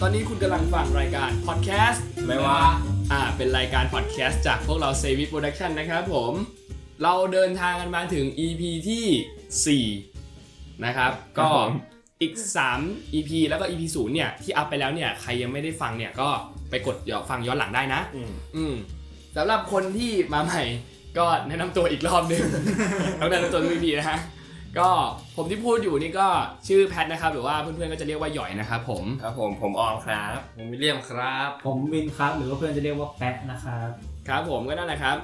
ตอนนี้คุณกำลังฟังรายการพอดแคสต์ ไม่ว่า อ่า เป็นรายการพอดแคสต์จากพวกเราเซวิ p โปรดักชันนะครับผม เราเดินทางกันมาถึง EP ที่ 4 นะครับ ก็ ครับผม อีก 3 EP แล้วก็ EP 0เนี่ย ที่อัพไปแล้วเนี่ย ใครยังไม่ได้ฟังเนี่ย ก็ไปกดย้อนฟังย้อนหลังได้นะ อืมสำหรับคนที่มาใหม่ก็แนะนำตัวอีกรอบหนึ ง ต้องแนะนำตัวไม่ดีนะฮะก็ผมที่พูดอยู่นี่ก็ชื่อแพทนะครับ หรือว่าเพื่อนๆก็จะเรียกว่าหย่อยนะครับผม ครับผมผมออมครับผมวิลเลียมครับ ผมวินครับหรือว่าเพื่อนจะเรียกว่าแปะนะครับ ครับผมก็นั่นแหละครับ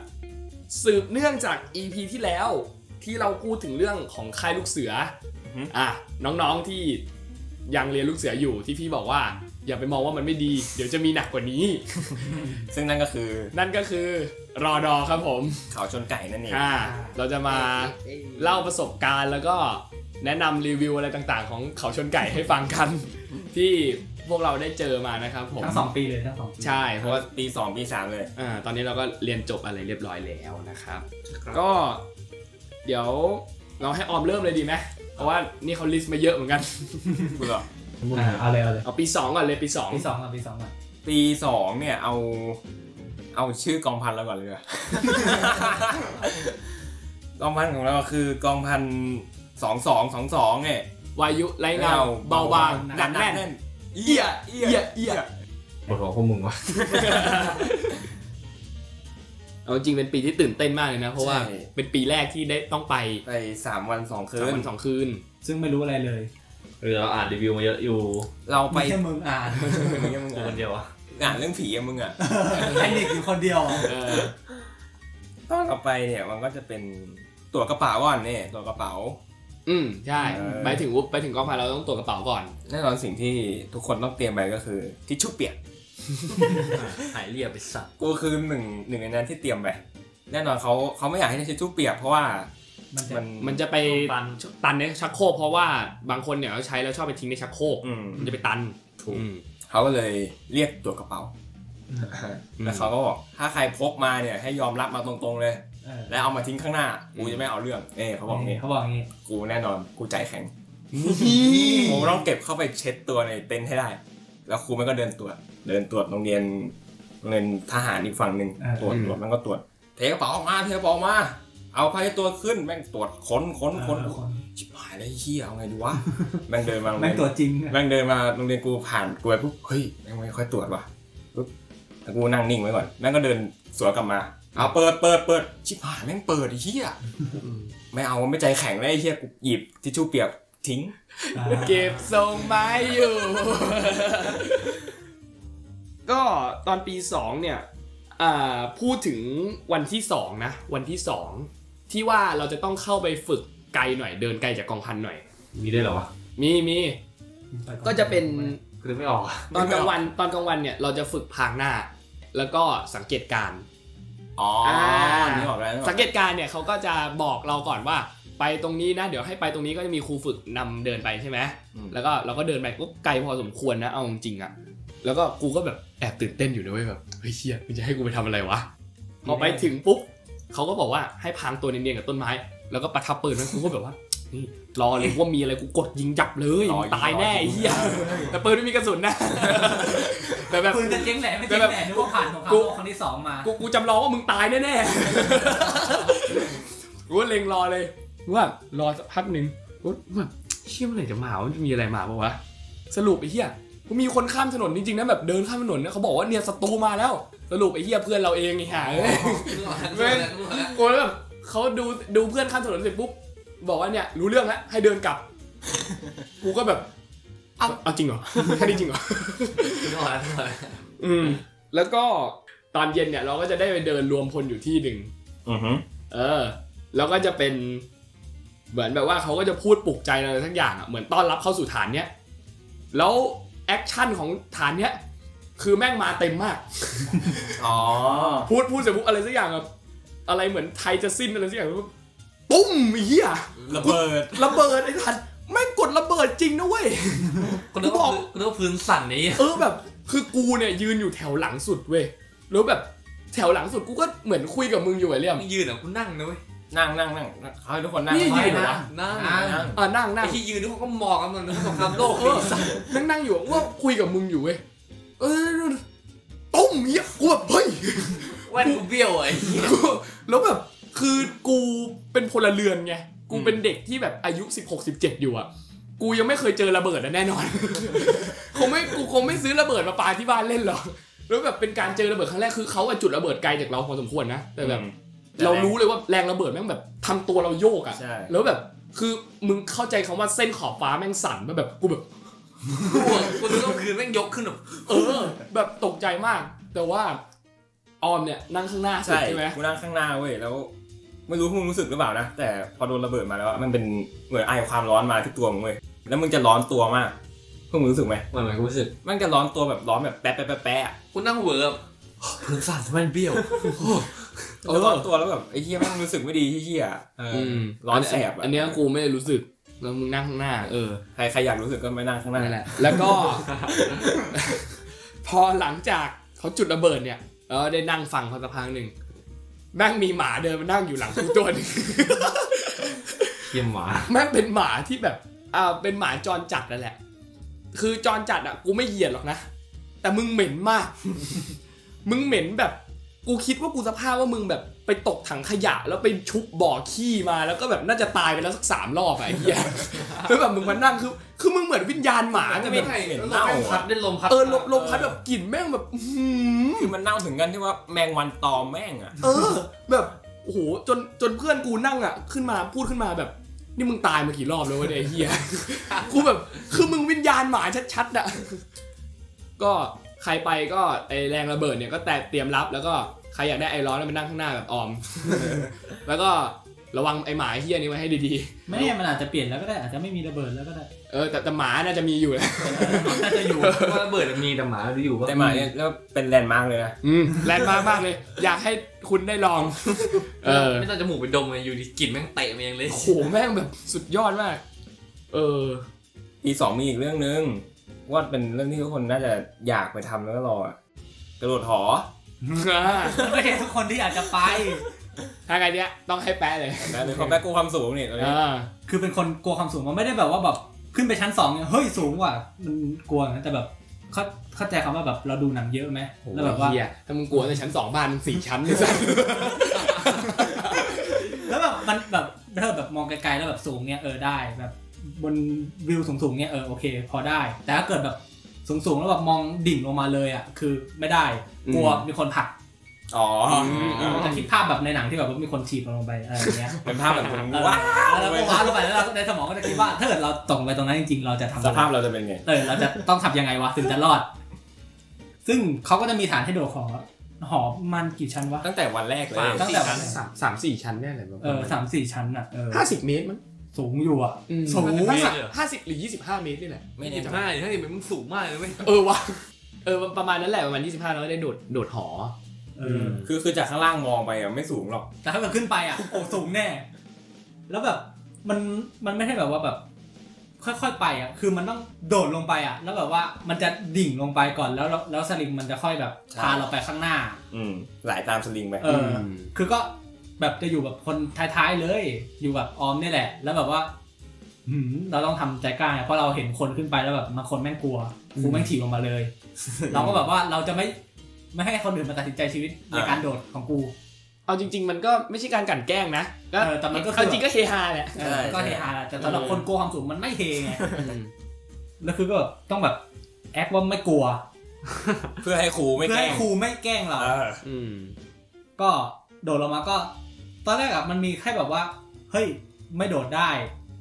สืบเนื่องจาก EP ที่แล้วที่เราพูดถึงเรื่องของค่ายลูกเสือ อฮึ อ่ะน้องๆที่ยังเรียนลูกเสืออยู่ที่พี่บอกว่า อย่าไปมองว่ามันไม่ดี เดี๋ยวจะมีหนักกว่านี้ ซึ่งนั่นก็คือ นั่นก็คือรอดอครับผม เขาชนไก่นั่นเอง อ่าเราจะมาเล่าประสบการณ์แล้วก็แนะนำรีวิวอะไรต่างๆ ของเขาชนไก่ให้ฟังกัน ที่พวกเราได้เจอมานะครับผม ทั้งสองปีเลยทั้งสองปี ใช่เพ เพ ราะ ราะ ว่า ว่าปี 2 ปี 3 เลย อ่าตอนนี้เราก็เรียนจบอะไรเรียบร้อยแล้วนะครับ ครับ ก็เดี๋ยวเราให้ออมเริ่มเลยดีไหมเพราะว่านี่เขาลิสต์มาเยอะเหมือน กัน เบื่อ อ่าเอาเลยเอาเลย เอาปีสองก่อนเลยปีสอง ปีสองก่อนปีสองก่อน ปี 2 เนี่ยเอา เอาชื่อกองพันแล้วก่อนเลยอะ กองพันของเราคือกองพันสองสองสองสองเนี่ยว ายุไรเงาเบาบางหนักแน่น เอี เอี ย ย เอี เอี ย ยเอีย ปวดหัวพวกมึงวะ เอาจริงเป็นปีที่ตื่นเต้นมากเลยนะ เพราะว่าเป็นปีแรกที่ได้ต้องไป ไปสามวันสองคื สาม น วันสองคืน ซึ่งไม่รู้อะไรเลย เออเราอ่านรีวิวมาเยอะอยู่ เราไป ไม่ใช่มึงอ่าน ยังมึง กูคน อ่ะ เดียวอะ อ่านเรื่องผีอะมึงอ่ะ แพนิคอยู่คนเดียวอ่ะ เออ ตอนเอาไปเนี่ยมันก็จะเป็นตั๋วกระเป๋าก่อนเนี่ยตั๋วกระเป๋า อืมใช่ เออ ไปถึงวุบไปถึงกองพันเราต้องตรวจกระเป๋าก่อน แน่นอนสิ่งที่ทุกคนต้องเตรียมไปก็คือทิชชู่เปียก หายเรียบไปสัก กูคือหนึ่งหนึ่งในนั้นที่เตรียมไปแน่นอนเขาเขาไม่อยากให้ทิชชู่เปียกเพราะว่า มันจะ มัน มันจะไป ปัน ตันในชักโครกเพราะว่าบางคนเนี่ยเขาใช้แล้วชอบไปทิ้งในชักโครก อืม มันจะไปตันถูก เขาก็เลยเรียกตั๋วกระเป๋า อืม แล้วเขาก็บอกถ้าใครพกมาเนี่ยให้ยอมรับมาตรงๆเลย เออ แล้วเอามาทิ้งข้างหน้ากูจะไม่เอาเรื่องเน่เขาบอกนี่ เขาบอกงี้ กูแน่นอนกูใจแข็งกูต้องเก็บเข้าไปเช็ดตัวในเต็นท์ให้ได้ แล้วครูมันก็เดินตรวจเดินตรวจโรงเรียนโรงเรียนทหารอีกฝั่งหนึ่งตรวจตรวจมันก็ตรวจเทกระเป๋าออกมาเทกระเป๋าออกมา เอาไปตัวขึ้นแม่งตรวจค้นค้นค้น เออคน ชิบหายแล้วไอ้เฮียเอาไงดี วะ แม่งเดินมาโรง แม่ เรี ง ยน ตัวจริงอะ แม่งเดินมาโรงเรียนกูผ่านกูไปปุ๊บเฮ้ยแม่งไม่ค่อยตรวจว่ะปุ๊บแต่กูนั่งนิ่งไว้ก่อนแม่งก็เดินสวนกลับมาเอาเปิดเปิดเปิดชิบหายแม่งเปิดไอ้เฮียไม่เอาไม่ใจแข็งเลยไอ้เฮียกูหยิบทิชชู่เปียกทิ้ง อ่า เก็บทรงไม้อยู่ ก็ตอนปีสองเนี่ยอ่าพูดถึงวันที่สองนะ วันที่สองที่ว่าเราจะต้องเข้าไปฝึกไกลหน่อยเดินไกลจากกองพันหน่อย มีได้วยเหรอวะ มีมีก็จะเป็น คือไม่ออกอะ ตอนกลางวันตอนกลางวันเนี่ยเราจะฝึกพางหน้า แล้วก็สังเกตการณ์ อ๋ออา นี่ออกแล้วนึกออก สังเกตการณ์เนี่ยเขาก็จะบอกเราก่อนว่า ไปตรงนี้นะ เดี๋ยวให้ไปตรงนี้ก็จะมีครูฝึกนำเดินไปใช่ไหมแล้วก็เราก็เดินไปก็ไกลพอสมควรนะเอาจริงๆอะแล้วก็กูก็แบบแอบตื่นเต้นอยู่นะเว้ยแบบเฮ้ยเชี่ยมันจะให้กูไปทำอะไรวะพอไปถึงปุ๊บเขาก็บอกว่าให้พางตัวเนียนๆกับต้นไม้ แล้วก็ประทับปืนมันกูก็แบบว่านี่รอเลยว่ามีอะไรกูกดยิงยับเลยมึงตายแน่ไอ้เหี้ยแต่ปืนไม่มีกระสุน นะ แต่แบบ ปืนจะเจ๊งแหละไม่เจ๊งแหละนึกว่าผ่านของพัง กู โลกครั้งที่สองมา กูกูจำลองว่ามึงตายแน่ๆ กูก็เล็งรอเลยกูว่ารอสักพักหนึ่งกูแบบเชี่ยเมื่อไหร่จะมาว่ามีอะไรมาปะวะ สรุปไอ้เหี้ยกูมีคนข้ามถนนจริงๆนะแบบเดินข้ามถนนนะเขาบอกว่าเนี่ยศัตรูมาแล้ว สรุปไอ้เหี้ยเพื่อนเราเองไอ้ห่าเอ้ยแม่งกูแล้วแบบเขาดูดูเพื่อนข้ามถนนเสร็จปุ๊บบอกว่าเนี่ยรู้เรื่องแล้วให้เดินกลับ กูก็แบบเอาเอาจริงเหร อแค่นี้จริงเหรอ คือไม่ออกแล้ว อืมแล้วก็ตอนเย็นเนี่ยเราก็จะได้ไปเดินรวมพลอยู่ที่หนึ่ง อือฮึ เออ แล้วก็จะเป็นเหมือนแบบว่าเขาก็จะพูดปลุกใจอะไรสักอย่างอะเหมือนต้อนรับเข้าสู่ฐานเนี้ย แล้วแอคชั่นของฐานเนี้ยคือแม่งมาเต็มมาก อ๋อ พูดพูดเสร็จปุ๊บอะไรสักอย่างแบบอะไรเหมือนไทยจะสิ้นอะไรสักอย่างปุ๊บตุ้มไอ้เหี้ย ระเบิด ระเบิดไอ้ฐานแม่งกดระเบิดจริงนะเว้ย คุณนึกว่าคุณนึกว่าพื้นสั่นนี้ เออแบบคือกูเนี่ยยืนอยู่แถวหลังสุดเว้ยแล้วแบบแถวหลังสุดกูก็เหมือนคุยกับมึงอยู่ไอ้เรื่อง มึงยืนเหรอคุณนั่งนะเว้ย นั่งนั่งนั่งเขาให้ทุกคนนั่ง นี่ยืน เหรอวะ นั่ง นั่ง เออนั่งนั่ ไอ้ ง ที่ยืนทุกคนก็มองกันมันนึกว่าสงครามโลก เอ เลย อนั่งนั่งอยู่ว่าคุยกับมึงอยู่เว้ยเออต้มเหี้ยกูแบบเฮ้ย แว่นกูเบี้ยวไอ้เหี้ย กูแล้วแบบคือกูเป็นพลเรือนไงกู อืม เป็นเด็กที่แบบอายุ 16 17 อยู่อ่ะ กูยังไม่เคยเจอระเบิดอะแน่นอน คงไม่กูคงไม่ซื้อระเบิดมาปาที่บ้านเล่นหรอกแล้วแบบเป็นการเจอระเบิดครั้งแรกคือเขาอะจุดระเบิดไกลจากเราพอสมควรนะแต่แบบ เรารู้เลยว่าแรงระเบิดแม่งแบบทำตัวเราโยกอ่ะ ใช่ แล้วแบบคือมึงเข้าใจคำว่าเส้นขอบฟ้าแม่งสั่นปะแบบกูแบบ กูกูนึกว่าคืนแม่งยกขึ้นแบบ เออ แบบตกใจมาก แต่ว่าออมเนี่ยนั่งข้างหน้าสุด ใช่ ใช่ไหม กูนั่งข้างหน้าเว้ยแล้ว ไม่รู้พวกมึงรู้สึกหรือเปล่านะ แต่พอโดนระเบิดมาแล้วอะมันเป็นเหมือนไอความร้อนมาที่ตัวมึงเว้ยแล้วมึงจะร้อนตัวมากพวกมึงรู้สึกไหม เหมือนเหมือนกูรู้สึก มันจะร้อนตัวแบบร้อนแบบแป๊ะแป๊ะแป๊ะแป๊ะอะ กูนั่งเหวอแบบพื้นสั่นทำไมมันเบี้ยว เออ แล้วร้อนตัวแล้วแบบไอ้เหี้ยแมันรู้สึกไม่ดีเหี้ยๆเอออ ม ร้อนแสบะ อันเนี้ยกูไม่ได้รู้สึก แล้วมึงนั่งข้างหน้า เออ ใครใครอยากรู้สึกก็ไม่นั่งข้างหน้า นั่นแหละ แล้วก็ พอหลังจากเขาจุดระเบิดเนี่ยแล้วได้นั่งฟังเขาสักพักหนึ่งแม่งมีหมาเดินมานั่งอยู่หลังกูตัวหนึง เยี่ยมหมา แม่งเป็นหมาที่แบบ อ่า เป็นหมาจรจัดนั่นแหละ คือจรจัดอ่ะ กูไม่เหยียดหรอกนะ แต่มึงเหม็นมาก มึงเหม็นแบบ กูคิดว่ากูสภาพว่ามึงแบบไปตกถังขยะ แล้วไปชุบบ่อขี้มาแล้วก็แบบน่าจะตายไปแล้วสักสามรอบอะไอ้เหี้ย แล้วแบบมึงมานั่งคือ คือมึงเหมือนวิญญาณหมาแต่แบบ เหม็นเน่าพัดได้ลมพัด เออลมลมพัดแบบกลิ่นแม่งแบบอื้อหือ คือมันเน่าถึงกันที่ว่าแมงวันตอมแม่งอะ เออ แบบโอ้โหจนจนเพื่อนกูนั่งอ่ะ ขึ้นมาพูดขึ้นมาแบบ นี่มึงตายมากี่รอบแล้ววะเนี่ยไอ้เฮีย กูแบบ คือมึงวิญญาณหมาชัดๆอ่ะ ก็ใครไปก็ไอแรงระเบิดเนี่ยก็แต่เตรียมรับแล้วก็ใครอยากได้ไอร้อนแล้วมานั่งข้างหน้าแบบออม แล้วก็ระวังไอหมาไอ้เฮียนี่ไว้ให้ดี ไม่แน่มันอาจจะเปลี่ยนแล้วก็ได้อาจจะไม่มีระเบิดแล้วก็ได้ ๆ เออแต่แต่หมาน่าจะมีอยู่แหละ น่าจะอยู่ ว่าระเบิดมันมีแต่หมาดูอยู่ว่า แต่หมาเนี่ยแล้วเป็นแลนด์มาร์กเลยนะ อืมแรงมากมากๆเลย อยากให้คุณได้ลอง เออ ไม่ต้องจมูกไปดมเลยอยู่ดีกลิ่นแม่งเตะมาเองเลย โอ้โหแม่งแบบสุดยอดมาก เออ ปีสองมีอีกเรื่องนึงว่าเป็นเรื่องที่ทุกคนน่าจะอยากไปทำแล้วก็รออะกระโดดหอ ไม่ใช่ทุกคนที่อาจจะไป ถ้าไงเนี้ยต้องให้แปะเลย นะหรือความแบกกูความสูงนี่ตอนนี้ อ่า คือเป็นคนกลัวความสูงมันไม่ได้แบบว่าแบบขึ้นไปชั้นสองเนี่ยเฮ้ยสูงว่ะมันกลัวนะแต่แบบเข้าเข้าใจคำว่าแบบเราดูหนังเยอะไหมแล้วแบบว่า เฮียถ้ามึงกลัวในชั้นสองบ้านมึงสี่ชั้นเลยสัส แล้วแบบมันแบบเริ่มแบบมองไกลๆแล้วแบบสูงเนี่ยเออได้แบบบนวิวสูงๆเนี่ยเออโอเค พอได้ แต่ถ้าเกิดแบบสูงๆแล้วแบบมองดิ่งลงมาเลยอ่ะคือไม่ได้กลัวมีคนผลัก อ๋อ อืม จะคิดภาพแบบในหนังที่แบบว่ามีคนถีบเราลงไปอะไรอย่างเงี้ย เป็นภาพแบบคน เออ ว้า แล้วก็ว้าวลงไปแล้วเราในสมองก็จะคิดว่าถ้าเกิดเราตกไปตรงนั้นจริงๆเราจะสทำอะไร ภาพเราจะเป็นไง เออเราจะต้องทำยังไงวะถึงจะรอด ซึ่งเขาก็จะมีฐานให้โดดของหอมันกี่ชั้นวะ ตั้งแต่วันแรกเลย สาม ตั้งแต่วัน สามสามสี่ชั้นแน่เลยประมาณ เออสามสี่ชั้นอ่ะเออ ห้าสิบเมตรมั้ง สูงอยู่อ่ะ อืม สูง ห้าสิบห้าสิบหรือยี่สิบห้าเมตรนี่แหละ ไม่ได้ไม่ถ้าเห็นมึงสูงมากเลยเว้ย เออวะเออประมาณนั้นแหละประมาณยี่สิบห้าแล้วก็ได้โดดโดดหอ เอออ คือคือจากข้างล่างมองไปอ่ะไม่สูงหรอก แต่ถ้าเกิดขึ้นไปอ่ะ โอ้สูงแน่ แล้วแบบมันมันไม่ใช่แบบว่าแบบ ค่อยๆไปอ่ะ คือมันต้องโดดลงไปอ่ะ แล้วแบบว่ามันจะดิ่งลงไปก่อนแล้วแล้วแล้วสลิงมันจะค่อยแบบ ใช่ พาเราไปข้างหน้า อืมไหลตามสลิงไป เอออ ม คือก็แบบจะอยู่แบบคนท้ายๆเลย อยู่แบบออมเนี่ยแหละ แล้วแบบว่าหืมเราต้องทำใจกล้าไงเพราะเราเห็นคนขึ้นไปแล้วแบบบางคนแม่งกลัวครูแม่งถีบลงมาเลย เราก็แบบว่าเราจะไม่ไม่ให้คนอื่นมาตัดสินใจชีวิตในการโดดของกู เอาจริง ๆ มันก็ไม่ใช่การกลั่นแกล้งนะก็ เออแต่มันก็คือ เอาจริงก็เฮฮาแหละ เออก็เฮฮาแหละแต่สำหรับ เออ คนกลัวความสูงมันไม่เฮไงแล้วคือก็แบบต้องแบบแอคว่าไม่กลัว เพื่อให้ครูไม่ เพื่อ แกล้ ให้ ง ครูไม่แกล้งเรา เออ อืม ก็โดดลงมาก็ ตอนแรกอะมันมีแค่แบบว่า เฮ้ยไม่โดดได้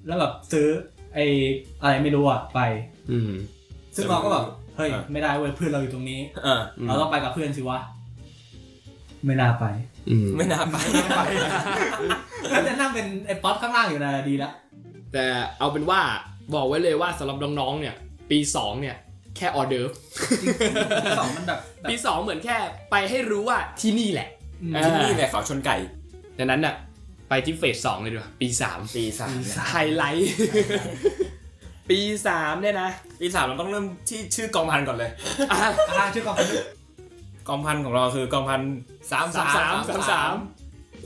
แล้วแบบซื้อไอ้อะไรไม่รู้อะไป อืม ซึ่งเราก็แบบเฮ้ยไม่ได้เว้ยเพื่อนเราอยู่ตรงนี้ เออ อืม เราต้องไปกับเพื่อนสิวะไม่น่าไป อืม ไม่น่าไปไม่น่าไป แล้วจะนั่งเป็นไอ้ป๊อปข้างล่างอยู่นะดีละ แต่เอาเป็นว่าบอกไว้เลยว่าสำหรับน้องๆ เนี่ย ปีสองเนี่ย แค่ออเดิร์ฟ สองมันแบบแบบ ปีสองเหมือนแค่ไปให้รู้ว่าที่นี่แหละ อืม เออ ที่นี่เนี่ยเขาชนไก่ ดังนั้นน่ะไปที่เฟสสองเลยดีกว่าปีสาม ปีสาม ไฮไลท์ ปีสามเนี่ยนะ ปีสามเราต้องเริ่มที่ชื่อกองพันก่อนเลย อ่ะ อ่าชื่อกองพัน กองพันของเราคือกองพันสามสาม สามสามสามสาม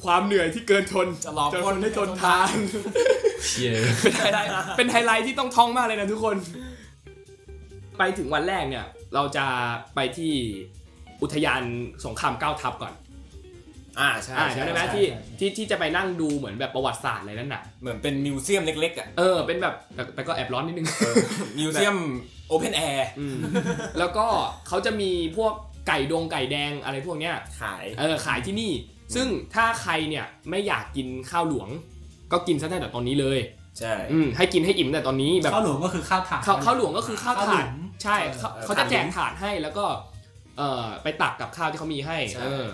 ความเหนื่อยที่เกินทน จะหลอก จะ ค ท น น ให้ ให้ จ ท น น ทา ทาน น เชีย ได้ได้นะ เป็น ไฮไลท์ที่ต้องท่องมากเลยนะทุกคน ไปถึงวันแรกเนี่ย เราจะไปที่อุทยานสงครามเก้าทัพก่อน อ่าใช่ อ่า ใช่ จำได้ไหม ใช่ ที่ที่ที่จะไปนั่งดูเหมือนแบบประวัติศาสตร์อะไรนั่นน่ะ เหมือนเป็นมิวเซียมเล็กๆอ่ะ เออ เป็นแบบแต่แต่ก็แอบร้อนนิดนึง มิวเซียมโอเพนแอร์ อืมแล้วก็เขาจะมีพวกไก่ดงไก่แดงอะไรพวกเนี้ย ขาย เออขายที่นี่ ซึ่งถ้าใครเนี่ยไม่อยากกินข้าวหลวง ก็กินซะตั้งแต่ตอนนี้เลย ใช่ อืมให้กินให้อิ่มตั้งแต่ตอนนี้แบบ ข้าวหลวงก็คือข้าวถาด ข้าวข้าวหลวงก็คือข้าว ข้าวหลุ ถาด ม ใช่เขา เออ เขาจะแจกถาดให้แล้วก็เอ่อไปตักกับข้าวที่เขามีให้ ใช่ เออ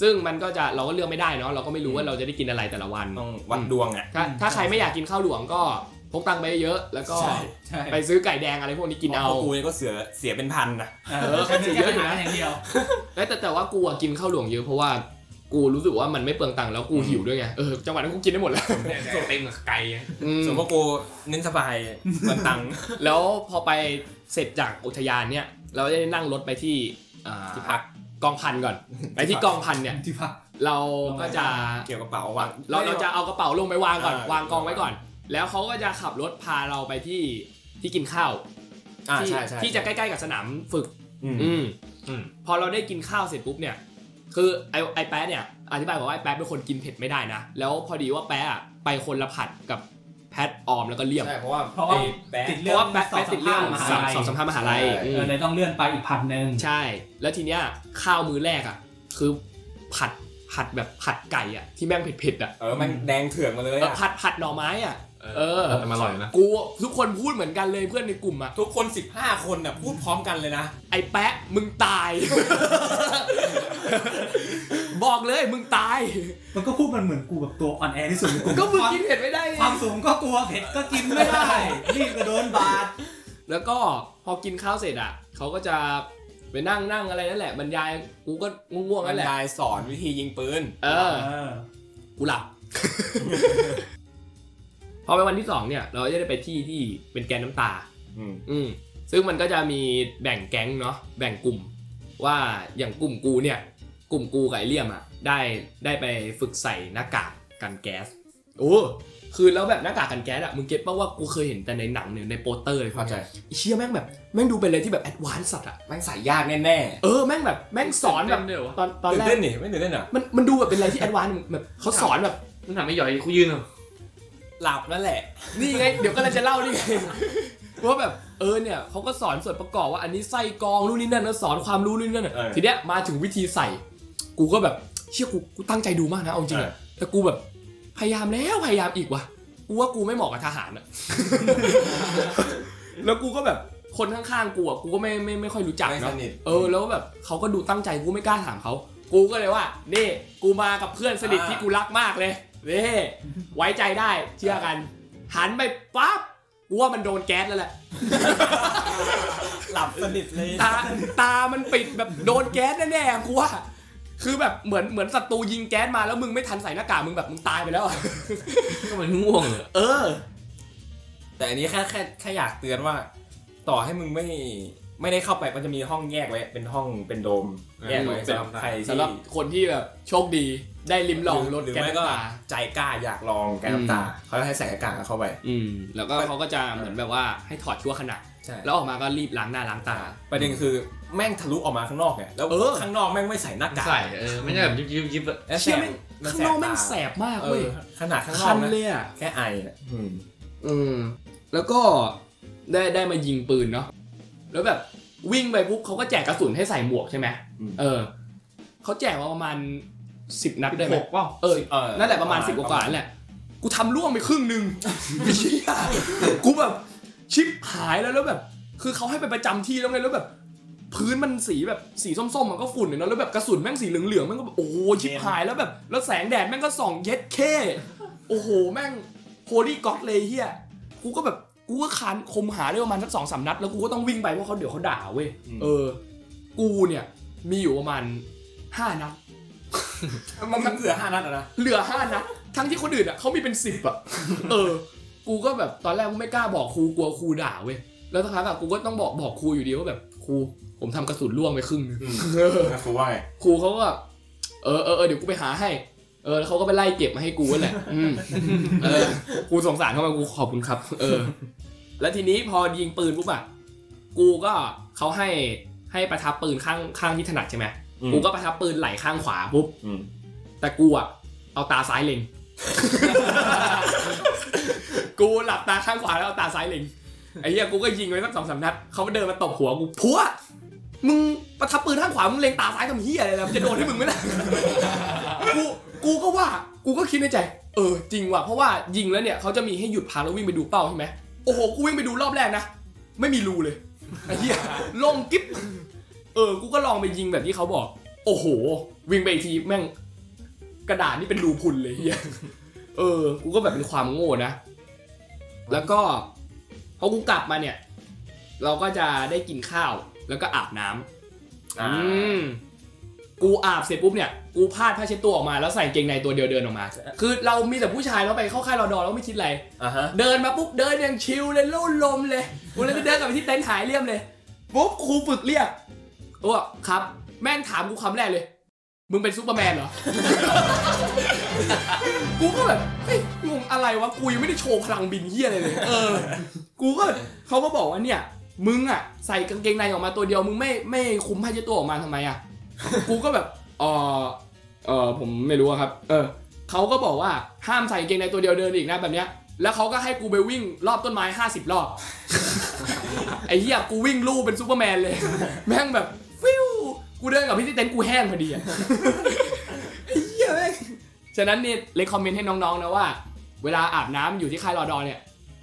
ซึ่งมันก็จะเราก็เลือกไม่ได้เนาะเราก็ไม่รู้ว่าเราจะได้กินอะไรแต่ละวัน ต้องวัดดวงอ่ะ ถ้าถ้าใครไม่อยากกินข้าวหลวงก็พกตังค์ไปเยอะๆแล้วก็ ใช่ ใช่ ไปซื้อไก่แดงอะไรพวกนี้กินเอา พวกูเนี่ยก็เสียเสียเป็นพันนะ เออแค่นี้แค่นั้นอย่างเดียว เอ้ยแต่แต่ว่ากูอะกินข้าวหลวงเยอะเพราะว่ากูรู้สึกว่ามันไม่เปลืองตังค์แล้วกูหิวด้วยไงเออจังหวะนั้นกูกินได้หมดแล้ว เต็มกับไก่อะ อืม ส่วนพวกกูเน้นสบายเหมือนตังค์ แล้วพอไปเสร็จจากอุทยานเนี่ยเราจะได้นั่งรถไปที่อ่า ที่พัก กองพันก่อน ไปที่กองพันเนี่ย ที่พัก เราก็จะ เกี่ยวกระเป๋าวาง เราเราจะเอากระเป๋าลงไปวางก่อน อ่าว างกองไว้ก่อน แล้วเขาก็จะขับรถพาเราไปที่ที่กินข้าว า ที่ ใช่ใช่ ที่จะใกล้ๆกับสนามฝึก อืม อืม อืม พอเราได้กินข้าวเสร็จปุ๊บเนี่ย คือไอไอแป๊ะเนี่ยอธิบายบอกว่าไอแป๊ะเป็นคนกินเผ็ดไม่ได้นะ แล้วพอดีว่าแป๊ะอะไปคนละผัดกับแพทออมแล้วก็เลี่ยม ใช่เพราะว่า เพราะว่า ไอ้แปะ ติด เพ เรื่ราะองว่าแป๊ะแป๊ะติดเรื่อง ม ส หา อบ ลัย สอบสัมภาษณ์มหาลัย ใช่ อื เออ ม เลยต้องเลื่อนไปอีกพันหนึ่ง ใช่ แล้วทีเนี้ยข้าวมื้อแรกอ่ะ คือผัดผัดแบบผัดไก่อ่ะที่แม่งเผ็ดๆอ่ะ เออมันแดงเถื่อนมาเลย แล้ว อะ ผัดผัดหน่อไม้อ่ะ เออ แต่มันอร่อยนะ กูทุกคนพูดเหมือนกันเลยเพื่อนในกลุ่มอะ ทุกคน 15 คนน่ะพูดพร้อมกันเลยนะ ไอ้แปะมึงตาย บอกเลยมึงตาย มันก็พูดมันเหมือนกูแบบตัวอ่อนแอที่สุดในกลุ่ม ก็มึงกินเผ็ดไม่ได้ไง ความสูงก็กลัวเผ็ดก็กินไม่ได้รีบกระโดนบาด แล้วก็พอกินข้าวเสร็จอะเขาก็จะไปนั่งนั่งอะไรนั่นแหละบรรยายกูก็ง่วงๆ บร นั่น ร แหละ ยายสอนวิธียิงปืน เออ กูหลับ พอไปวันที่สองเนี่ย เราจะได้ไปที่ที่เป็นแกนน้ำตา อืม อืมซึ่งมันก็จะมีแบ่งแก๊งเนาะแบ่งกลุ่ม ว่าอย่างกลุ่มกูเนี่ย กลุ่มกูกับไอเลี่ยมอ่ะได้ได้ไปฝึกใส่หน้ากากกันแก๊สโอ้คือแล้วแบบหน้ากากกันแก๊สอะมึงเก็ตป่าวว่ากูเคยเห็นแต่ในหนังหรือในโปสเตอร์เลย เข้าใจ ไอ้เชี่ยแม่งแบบแม่งดูเป็นอะไรที่แบบแอดวานซ์สัตว์อะ มันใส่ยากแน่ เออแม่งแบบแม่งสอนแบบ เดี๋ยววะ ตอน ๆ ตอน ตื่น แร เต้ ก นนี่ไม่ตื่นเต้นเหรอ มันมันดูแบบเป็นอะไรที่แอดวานซ์แบบเขาสอนแบบ มันทำให้ย่อยกูยืนเหรอ หลับนั่นแหละ นี่ไงเดี๋ยวก็เลยจะเล่านี่ไง ว่าแบบเออเนี่ยเขาก็สอนส่วนประกอบว่าอันนี้ไส้กรองนู่นนี่นั่นแล้วสอนความรู้นู่นนี่นั่น เออ ทีเนี้ยมาถึงวิธีใส่ กูก็แบบเชี่ยกูกูตั้งใจดูมากนะเอาจริงอะแต่กูแบบพยายามแล้วพยายามอีกว่ะกูว่ากูไม่เหมาะกับทหารอะ แล้วกูก็แบบคนข้างๆกูอะกูก็ไม่ไม่ไม่ค่อยรู้จัก ไม่ เนาะ สนิท เออแล้วแบบเขาก็ดูตั้งใจกูไม่กล้าถามเขากูก็เลยว่านี่กูมากับเพื่อนสนิทที่กูรักมากเลยนี่ไว้ใจได้เชื่อกัน หันไปปั๊บกูว่ามันโดนแก๊สแล้วแหละ หลับสนิทเลย ตาตามันปิดแบบโดนแก๊สแน่ๆกูว่า คือแบบเหมือนเหมือนศัตรูยิงแก๊สมาแล้วมึงไม่ทันใส่หน้ากากมึงแบบมึงตายไปแล้วอะ ก็ มันง่วงเลย เออ แต่อันนี้แค่แค่แค่อยากเตือนว่า ต่อให้มึงไม่ไม่ได้เข้าไปมันจะมีห้องแยกไว้ เป็นห้องเป็นโดม แยกไว้สำหรับใครที่ สำหรับคนที่แบบโชคดีได้ลิ้มลองรส หรือ แก๊ส ไม่ก็ น้ำตา ใจกล้าอยากลองแกสน้ำตาเขาให้ใส่อากาศเข้าไป อืม แล้วก็เขาก็จะเหมือนแบบว่าให้ถอดชั่วขณะ ใช่ แล้วออกมาก็รีบล้างหน้าล้างตา ประเด็นคือแม่งทะลุออกมาข้างนอกไงแล้ว เออ ข้างนอกแม่งไม่ใส่หน้ากาก ใส่เออไม่ใช่แบบยิบยิบยิบอะ แล้วแส เชี่ย บ แม่ง มั ข้างนอกแม่งแส บบ มาก ตาเอ เว้ย อขนาดข้างนอ คั ก น นะ เลยอ่ะ แค่ไอนะอืม อืมแล้วก็ได้ได้มายิงปืนเนาะแล้วแบบวิ่งไปปุ๊บเขาก็แจกกระสุนให้ใส่หมวกใช่ไหม อืม เออเขาแจกมาประมาณสิบนัดได้ไหม หกเปล่า เออ เออ นั่นแหละประมาณสิบกว่าๆนั่นแหละ กูทำร่วงไปครึ่งหนึ่ง เหี้ยกูแบบชิปหายแล้วแล้วแบบ คือเขาให้ไปประจำที่แล้วไงแล้วแบบ พื้นมันสีแบบสีส้มๆมันก็ฝุ่นเนาะแล้วแบบกระสุนแม่งสีเหลืองๆแม่งก็แบบโอ้โหชิปหายแล้วแบบ แล้วแสงแดดแม่งก็ส่องเย็ดเข้ โอ้โห แม่งโฮลี่ก็อดเลยเฮียกูก็แบบกูก็คานคมหาได้ประมาณสักสองสามนัด แล้วกูก็ต้องวิ่งไปเพราะเขาเดี๋ยวเขาด่าเว้ย อืม เออ กูเนี่ยมีอยู่ประมาณห้านัด มันมันเหลือห้านัดอะนะ เหลือห้านัด ทั้งที่คนอื่นอ่ะเขามีเป็นสิบอ่ะ เออ กูก็แบบตอนแรกกูไม่กล้าบอกครูกลัวครูด่าเว้ย แล้วสักพักอ่ะกูก็ต้องบอกบอกครูอยู่ดีว่าแบบครูผมทำกระสุนร่วงไปครึ่งหนึง ครูว่าไง ครูเขาก็ เออเออเออเดี๋ยวกูไปหาให้ เออแล้วเขาก็ไปไล่เก็บมาให้กูนั่นแหละอืมเออกูสงสารเขามากูขอบคุณครับ เออ แล้วทีนี้พอยิงปืนปุ๊บอะกูก็เขาให้ให้ประทับปืนข้างข้างที่ถนัดใช่ไหม อืม กูก็ประทับปืนไหลข้างขวาปุ๊บ อืม แต่กูอะเอาตาซ้ายเล็ง กูหลับตาข้างขวาแล้วเอาตาซ้ายเล็ง ไอ้เหี้ยกูก็ยิงไปสักสองสามนัดเขาเดินมาตบหัวกูพัวมึงประทับปืนข้างขวามึงเล็งตาซ้ายทำเหี้ยอะไรล่ะมันจะโดนให้มึงไหมล่ะ กูกูก็ว่ากูก็คิดในใจ เออจริงว่ะเพราะว่ายิงแล้วเนี่ยเขาจะมีให้หยุดพักแล้ววิ่งไปดูเป้าใช่ไหมโอ้โหกูวิ่งไปดูรอบแรกนะไม่มีรูเลยไอ้เหี้ยโล่งกิ๊บเออกูก็ลองไปยิงแบบที่เขาบอก โอ้โห วิ่งไปอีกทีแม่ง กระดาษนี่เป็นรูพรุนเลยเฮียเออ กูก็แบบเป็นความโง่นะ แล้วก็พอกูกลับมาเนี่ย เราก็จะได้กินข้าว แล้วก็อาบน้ำออ่าืม กูอาบเสร็จปุ๊บเนี่ย กูพาดผ้าเช็ดตัวออกมาแล้วใส่เกงในตัวเดียวเดินออกมา คือเรามีแต่ผู้ชายเราไปเข้าค่ายรอดอเราไม่คิดอะไร อ่าฮะ เดินมาปุ๊บเดินอย่างชิลเลยลู่ลมเลย กูเลยไปเดินกลับไปที่เต็นท์หายเลี่ยมเลยปุ๊บครูฝึกเรียกโอ้ครับ แม่งถามกูคำแรกเลย มึงเป็นซูเปอร์แมนเหรอ กูก็แบบเฮ้ยงงอะไรวะกูยังไม่ได้โชว์พลังบินเฮียอะไรเลย เออ กูก็เขาก็บอกว่าเนี่ย มึงอ่ะใส่กางเกงในออกมาตัวเดียวมึงไม่ไม่คุมผ้าเช็ดตัวออกมาทำไมอ่ะ กูก็แบบเออเออผมไม่รู้อะครับ เออเขาก็บอกว่าห้ามใส่กางเกงในตัวเดียวเดินอีกนะแบบเนี้ย แล้วเขาก็ให้กูไปวิ่งรอบต้นไม้ 50 รอบ ไอ้เหี้ยกูวิ่งลู่เป็นซูเปอร์แมนเลย แม่งแบบฟิวกูเดินกับพี่ที่เต็นท์กูแห้งพอดีอะ ไอ้เหี้ยแม่งฉะนั้นเนี่ยเลคคอมเมนต์ให้น้องๆนะว่า เวลาอาบน้ำอยู่ที่ค่ายรอดอเนี่ย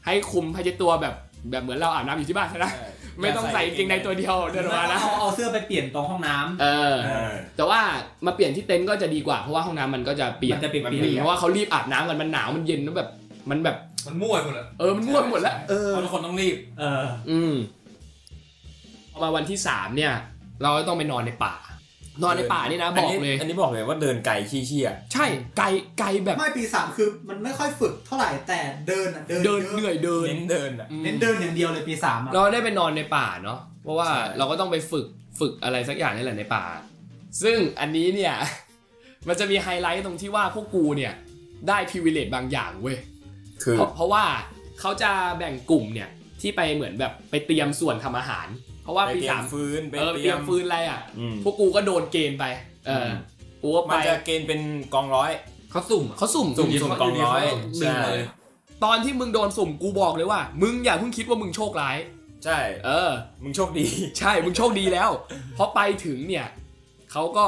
ให้คุมผ้าเช็ดตัวแบบแบบเหมือนเราอาบน้ำอยู่ที่บ้านนะ ไม่ต้องใส่กางเกงในตัวเดียวเดินออกมานะ เอาเอาเสื้อไปเปลี่ยนตรงห้องน้ำ เออ เออ แต่ว่ามาเปลี่ยนที่เต็นท์ก็จะดีกว่าเพราะว่าห้องน้ำมันก็จะเปียก มันจะเปียกๆ ปีเพราะว่าเขารีบอาบน้ำกันมันหนาวมันเย็นแล้วแบบ มันแบบ มันมั่วหมดเลย เออมันง่วงหมดแล้วเออ เพราะทุกคนต้องรีบ เออ อืมพอมาวันที่สามเนี่ย เราก็ต้องไปนอนในป่า นอนในป่านี่นะ อั บอกเลย อันนี้บอกเลยว่าเดินไกลขี้เชี่ย ใช่ไกลไกลแบบ ไม่ปีสามคือมันไม่ค่อยฝึกเท่าไหร่แต่เดินอ่ะเดิน เดิน ยอะ เหนื่อยเดิน เน้นเดินอ่ะ อืม เน้นเดินอย่างเดียวเลยปีสามอะ เราได้ไปนอนในป่าเนาะเพราะว่า ใช่ เราก็ต้องไปฝึกฝึกอะไรสักอย่างนี่แหละในป่า ซึ่งอันนี้เนี่ย มันจะมีไฮไลท์ตรงที่ว่าพวกกูเนี่ย ได้พิเวเลตบางอย่างเว้ย คือ เพราะเพราะว่าเขาจะแบ่งกลุ่มเนี่ย ที่ไปเหมือนแบบไปเตรียมส่วนทำอาหาร เพราะว่า ไป ปี เตรีย สาม ม ฟืนไป เออ เต เต รี รี ย ย ม มฟืนอะไรอ่ะ อืม พวกกูก็โดนเกณฑ์ไป เออกูก็ไป มันจะเกณฑ์เป็นกองร้อย เขาสุ่มอะ เขาสุ่ม สุ่มสุ่มกองร้อย สุ่ม ใช่ เลย ตอนที่มึงโดนสุ่มกูบอกเลยว่า มึงอย่าเพิ่งคิดว่ามึงโชคร้าย ใช่ เออ มึงโชคดี ใช่มึงโชคดีแล้วเพราะไปถึงเนี่ยเขาก็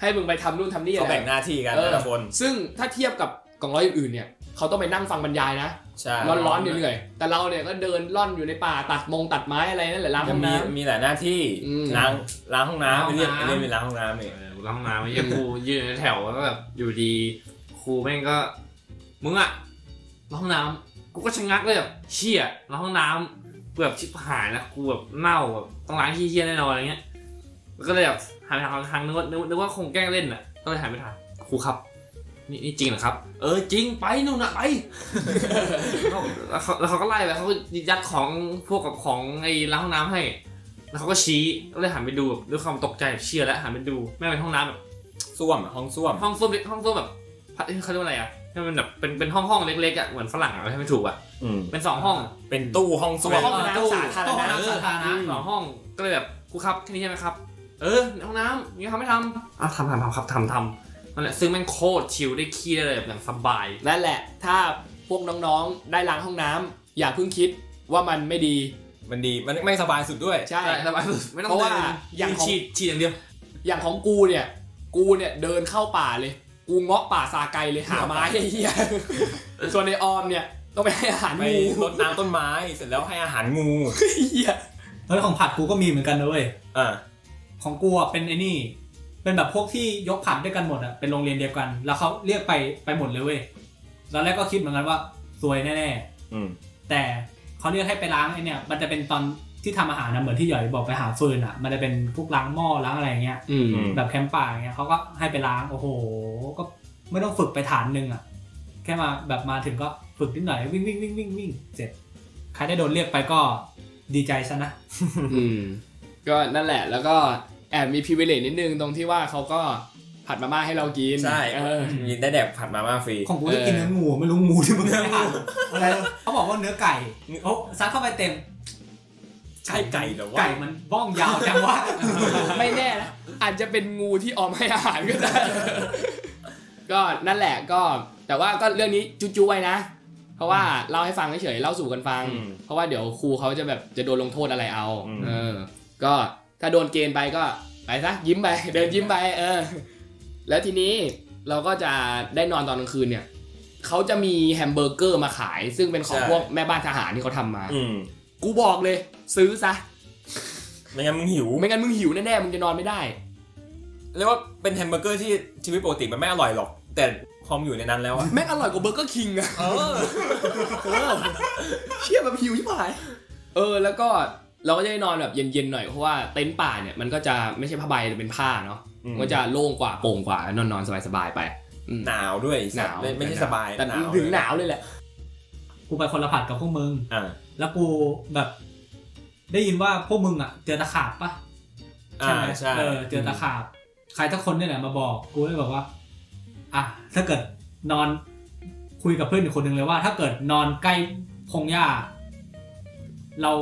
ให้มึงไปทำนู่นทำนี่อะ เขา ไร แบ่งหน้าที่กัน เออ แต่ละคน ซึ่งถ้าเทียบกับกองร้อยอื่นๆเนี่ยเขาต้องไปนั่งฟังบรรยายนะ ใช่ ร้อนร้อนๆเหนื่อยๆแต่เราเนี่ยก็เดินล่อนอยู่ในป่าตัดมงตัดไม้อะไรนั่นแหละล้าง จะ ห้อง มี น้ มีหลายหน้าที่ อืม ล้างล้างห้องน้ำ ล้างห้ ไป อง เรียก น้ำ เรียกเป็นล้างห้องน้ำเนี่ย เออกูล้างน้ำไอ้เหี้ยกูยืนในแถวแล้วแบบอยู่ดีครูแม่งก็มึงอะล้างน้ำกูก็ชะงักเลยแบบเชี่ยล้างน้ำแบบชิบหายแล้วกูแบบเน่าแบบต้องล้างที่เชี่ยแน่นอนอะไรเงี้ยแล้วก็เลยแบบหันไปทางทางนึกว่านึกว่านึกว่าคงแกล้งเล่นน่ะก็เลยหันไปถามครูครับ นี่นี่จริงเหรอครับ เออจริงไปนู่นนะไป แล้วเขาแล้วเขาก็ไล่ไปเขาก็ยัดของพวกกับของไอ้ล้างห้องน้ำให้ แล้วเขาก็ชี้ก็เลยหันไปดูแบบด้วยความตกใจแบบเชียร์แล้วหันไปดูแม่งเป็นห้องน้ำแบบ ส้วมอะห้องส้วม ห้องส้วมเล็กห้องส้วมแบบเขาเรียกว่าอะไรอ่ะให้มันแบบเป็นเป็นห้องห้องๆเล็กๆอ่ะเหมือนฝรั่งอ่ะใช่ไม่ถูกอ่ะ อืม เป็นสองห้อง เป็นตู้ห้องส้วม ห้องน้ำสาธารณะ ห้องน้ำสาธารณะ สองห้องก็เลยแบบครูครับแค่นี้ใช่ไหมครับ เออในห้องน้ำมีทำไม่ทำอ่ะทำทำทำครับทำทำนั่นแหละซึ่งแม่งโคตรชิลได้ขี้ได้เลยแบบอย่างสบาย ำนั่นแหละ ถ้าพวกน้องๆได้ล้างห้องน้ำอย่าเพิ่งคิดว่ามันไม่ดี มันดีมันไม่สบายสุดด้วย ใช่ ใช่สบายสุดไม่ต้อง เพราะว่า ดิน อย่างของ ฉีดฉีดอย่างเดียว อย่างของกูเนี่ย กูเนี่ยเดินเข้าป่าเลย กูเงาะป่าซาไกลเลยหาไม้ไอ้เหี้ยส่วนในออมเนี่ยต้องไปให้อาหาร ไป งู รดน้ำต้นไม้เสร็จแล้วให้อาหารงู ไอ้เหี้ย เฮ้ยของผัดกูก็มีเหมือนกันนะเว้ย อ่า ของกูอ่ะเป็นไอ้นี่ เป็นแบบพวกที่ยกผัดด้วยกันหมดอ่ะ เป็นโรงเรียนเดียวกัน แล้วเขาเรียกไปไปหมดเลยเว้ยตอนแรกก็คิดเหมือนกันว่าซวยแน่ อืม ๆ แต่เขาเรียกให้ไปล้างไอ้เนี่ย มันจะเป็นตอนที่ทำอาหารนะเหมือนที่หยอยบอกไปหาฟืนอ่ะ มันจะเป็นพวกล้างหม้อล้างอะไรอย่างเงี้ย อืม แบบแคมป์ป่าอย่างเงี้ยเขาก็ให้ไปล้าง โอ้โห ก็ไม่ต้องฝึกไปฐานหนึ่งอ่ะ แค่มาแบบมาถึงก็ฝึกนิดหน่อยวิ่งวิ่งวิ่งวิ่งวิ่งเสร็จ ใครได้โดนเรียกไปก็ดีใจซะนะ อืมก็นั่นแหละแล้วก็แอบมีพิเวเลนิดนึงตรงที่ว่าเขาก็ ผัดมาม่าให้เรากิน ใช่ เออ ยินได้แดกผัดมาม่าฟรี ของกู เอ จะ อ กินเนื้องูไม่รู้งูที่มึงเอาอะไรเขาบอกว่าเนื้อไก่โอ้ซัดเข้าไปเต็ม ใช่ไก่เหรอวะ ไก่มันบ้องยาวจังวะ ไม่แน่นะอาจจะเป็นงูที่ออมให้อาหารก็ได้ ก็นั่นแหละก็แต่ว่าก็เรื่องนี้จุ๊ๆไว้นะ เพราะว่าเล่าให้ฟังเฉยๆเล่าสู่กันฟัง อืม เพราะว่าเดี๋ยวครูเขาจะแบบจะโดนลงโทษอะไรเอา อืม เออ ก็ถ้าโดนเกณฑ์ไปก็ไปซะยิ้มไป เดินยิ้มไป เออ แล้วทีนี้เราก็จะได้นอนตอนกลางคืนเนี่ยเขาจะมีแฮมเบอร์เกอร์มาขาย ซึ่งเป็นของพวกแม่บ้านทหารที่เขาทำมา อืม กูบอกเลย ซื้อซะ ไม่งั้นมึงหิว ไม่งั้นมึงหิวแน่ๆมึงจะนอนไม่ได้ เรียกว่าเป็นแฮมเบอร์เกอร์ที่ชีวิตปกติมันไม่อร่อยหรอก แต่พอมนอยู่ในนั้นแล้วอะ แม่งอร่อยกว่าเบอร์เกอร์คิงอะ เออ เชี่ยแบบหิวยิ่งายเออแล้วก็เราก็จะได้นอนแบบเย็นๆหน่อยเพราะว่าเต็นท์ป่าเนี่ยมันก็จะไม่ใช่ผ้าใบแต่เป็นผ้าเนาะ อืม มันก็จะโล่งกว่าโปร่งกว่านอนนอนๆสบายๆไปอืม หนาวด้วย หนาว ไม่ไม่ใช่สบาย แต่ หนาว ถึงหนาวเลยแหละ กูไปคนละผัดกับพวกมึง อ่า แล้วกูแบบ ได้ยินว่าพวกมึงอ่ะ เจอตะขาบปะ อ่า ไหม ใช่ เออเจอตะขาบ ใครทักคนเนี่ยแหละมาบอก กูเลยบอกว่า อ่ะถ้าเกิดนอนคุยกับเพื่อนอีกคนหนึ่งเลยว่า ถ้าเกิดนอนใกล้พงหญ้า เรา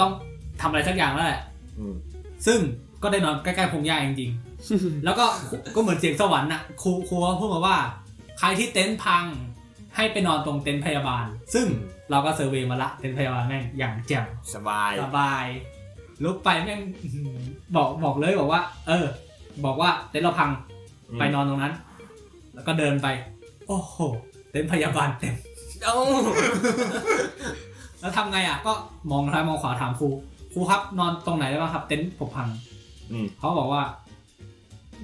ต้องทำอะไรสักอย่างแล้วแหละ อืม ซึ่งก็ได้นอนใกล้ๆพงหญ้าจริงๆ แล้วก็ก็เหมือนเสียงสวรรค์น่ะครูครูเขาพูดมาว่า ใครที่เต็นท์พังให้ไปนอนตรงเต็นท์พยาบาล ซึ่งเราก็เซอร์เวย์มาละเต็นท์พยาบาลแม่งอย่างแจ่ม สบาย สบายลุกไปแม่ง อื้อหือบอกบอกเลยบอกว่า เออ บอกว่าเต็นท์เราพังไปนอนตรงนั้น แล้วก็เดินไป โอ้โห เต็นท์พยาบาลเต็ม เอ้า แล้วทำไงอ่ะก็มองซ้ายมองขวาถามครูครูครับนอนตรงไหนได้บ้างครับ เต็นท์ผมพัง อืม เขาบอกว่า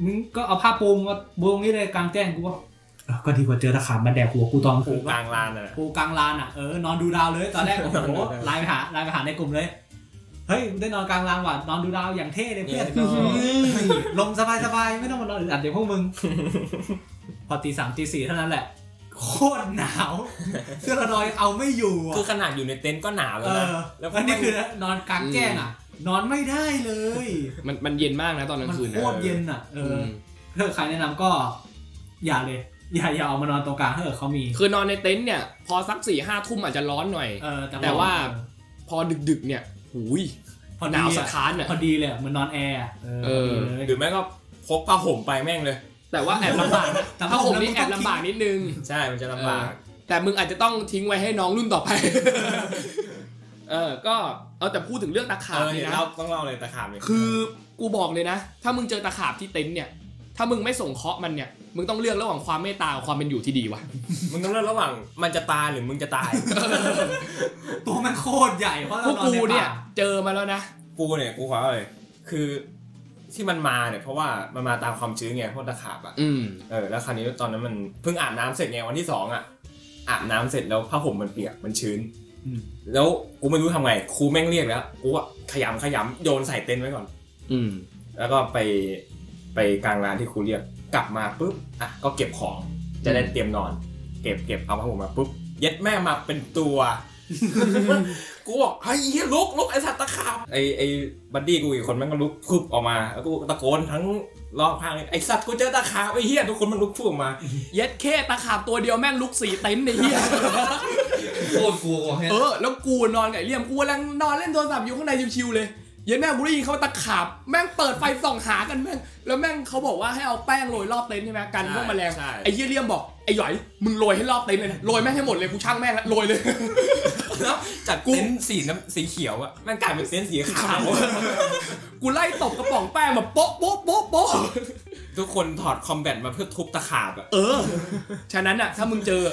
มึงก็เอาผ้าปูมาปูตรงนี้เลยกลางแจ้งกูว่าเออก็ดีกว่าเจอตะขาบมันแดกหัวกูตอน ปู ปู กลางลานน่ะนะ ปูกลางลานอ่ะ เออนอนดูดาวเลย ตอนแรกโอ้โห ไลน์ไปหาไลน์ไปหาในกลุ่มเลย เฮ้ยมึงได้นอนกลางลานว่ะ นอนดูดาวอย่างเท่เลยเพื่อนลมสบายสบายๆไม่ต้องมานอนอึดอัดเดี๋ยวพวกมึง พอตีสามตีสี่เท่านั้นแหละ โคตรหนาวเสื้อระดอยเอาไม่อยู่อ่ะ คือขนาดอยู่ในเต็นท์ก็หนาวแล้วเอนะ อ แล้ว อันนี้คือนอนกลางแจ้งอ่ะ นอนไม่ได้เลย มันมันเย็นมากนะตอนกลา มัน งคืน โค นะ ตรเย็นอ่ะ เออ ม ถ้าใครแนะนำก็ อย่าเลย อย่าอย่าเอามานอนตรงกลางถ้าเกิดเขามี คือนอนในเต็นท์เนี่ย พอสักสี่ห้าทุ่มอาจจะร้อนหน่อย เออแต่ แต่ว่า พอดึกๆ เนี่ยหูย พอ ห ดี นาวสะ อะ ท้านอ่ะ พอดีเลยอะเหมือนนอนแอร์อะ เออ พดีเลย หรือไม่ก็พกผ้าห่มไปแม่งเลย แต่ว่าแอบลำบากนะ แต่ ถ้าผม ล้ว นี่แอบลำบากนิดนึง ใช่มันจะลำบาก แต่มึงอาจจะต้องทิ้งไว้ให้น้องรุ่นต่อไป เออ ก็เอาแต่พูดถึงเรื่องตะขา เอบ อ นี่ เนี่ย นะ เราต้องเล่าเลยตะขาบเนี่ย คือกูบอกเลยนะ ถ้ามึงเจอตะขาบที่เต็นท์เนี่ย ถ้ามึงไม่ส่งเคราะห์มันเนี่ย มึงต้องเลือกระหว่างความเมตตากับความเป็นอยู่ที่ดีวะ มึงต้องเลือกระหว่างมันจะตายหรือมึงจะ ตาย ตัวมันโคตรใหญ่เพราะ พ เรา วก นอน กู ใน เนี่ ป่าย เจอมาแล้วนะ กูเนี่ยกูขอเลย คือที่มันมาเนี่ยเพราะว่ามันมาตามความชื้นไงพวกตะขาบอ่ะ อืม เออแล้วคราวนี้ตอนนั้นมันเพิ่งอาบน้ำเสร็จไงวันที่สองอ่ะอาบน้ำเสร็จแล้วผ้าห่มมันเปียกมันชื้น อืม แล้วกูไม่รู้ทำไงครูแม่งเรียกแล้วกูอะขยำขยำโยนใส่เต็นท์ไว้ก่อน อืม แล้วก็ไปไปกลางร้านที่ครูเรียกกลับมาปุ๊บอ่ะก็เก็บของจะได้เตรียมนอน เก็บเก็บเอาผ้าห่มมาปุ๊บเย็ดแม่มาเป็นตัว กูบอกเฮ้ยเหี้ยลุกลุกไอสัตว์ตะขาบไอไอบัดดี้กูอีกคนแมันก็ลุกพึบออกมาแล้วกูตะโกนทั้งรอบข้างเลยไอสัตว์กูเจอตะขาบไอเหี้ยทุกคนมันลุกพึบออกมา เย็ดแค่ตะขาบตัวเดียวแม่งลุกสีเต็นท์ในเฮีย โคตรกลัว เออแล้วกูนอนกับไอ้เลี่ยมกูกำลังนอนเล่นโทรศัพท์อยู่ข้างในชิวๆเลย เย็นแม่งกูได้ยินเขาตะขาบ แม่งเปิดไฟส่องหากันแม่งแล้วแม่งเขาบอกว่าให้เอาแป้งโรยรอบเต็นท์ใช่ไหมกันพวกแมลง ใช่ ไอ้เยี่ยเลี่ยมบอกไอ้หยอยมึงโรยให้รอบเต็นท์เลยนะโรยแม่งให้หมดเลยกูช่างแม่งละโรย เลย แล้วจากเต็นท์สีน้ำสีเขียวอะแมันกลายเป็นเต็นท์สีขาว กูไล่ตบกระป๋องแป้งแบบโป๊ะโป๊ะโป๊ะโป๊ะ ทุกคนถอดคอมแบทมาเพื่อทุบตะขาบอะ เออ ฉะนั้นอ่ะ ถ้ามึงเจอ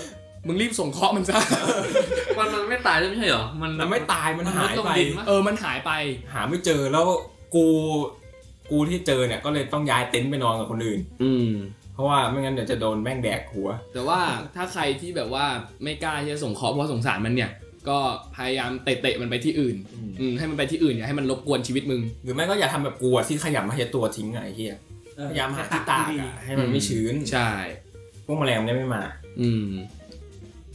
มึงรีบส่งเคราะห์ มันซะ มันมันไม่ตายด้วยไม่ใช่เหรอ มัน มันไม่ตายมัน มัน หา ลด ย ลง ไป ดินมั้ย เออมันหายไป หาไม่เจอแล้วกูกูที่เจอเนี่ยก็เลยต้องย้ายเต็นท์ไปนอนกับคนอื่น อืม เพราะว่าไม่งั้นเดี๋ยวจะโดนแม่งแดกหัว แต่ว่าถ้าใครที่แบบว่าไม่กล้าที่จะส่งเคราะห์เพราะสงสารมันเนี่ย ก็พยายามเตะๆมันไปที่อื่น อืมให้มันไปที่อื่นอย่าให้มันรบกวนชีวิตมึง หรือไม่ก็อย่าทำแบบกูอะที่ขยำให้ตัวทิ้งอะไอ้เหี้ย เออ พยายามหาที่ตาก ดี อะให้มัน อืม ไม่ชื้น ใช่ พวกแมลงมันได้ไม่มา อืม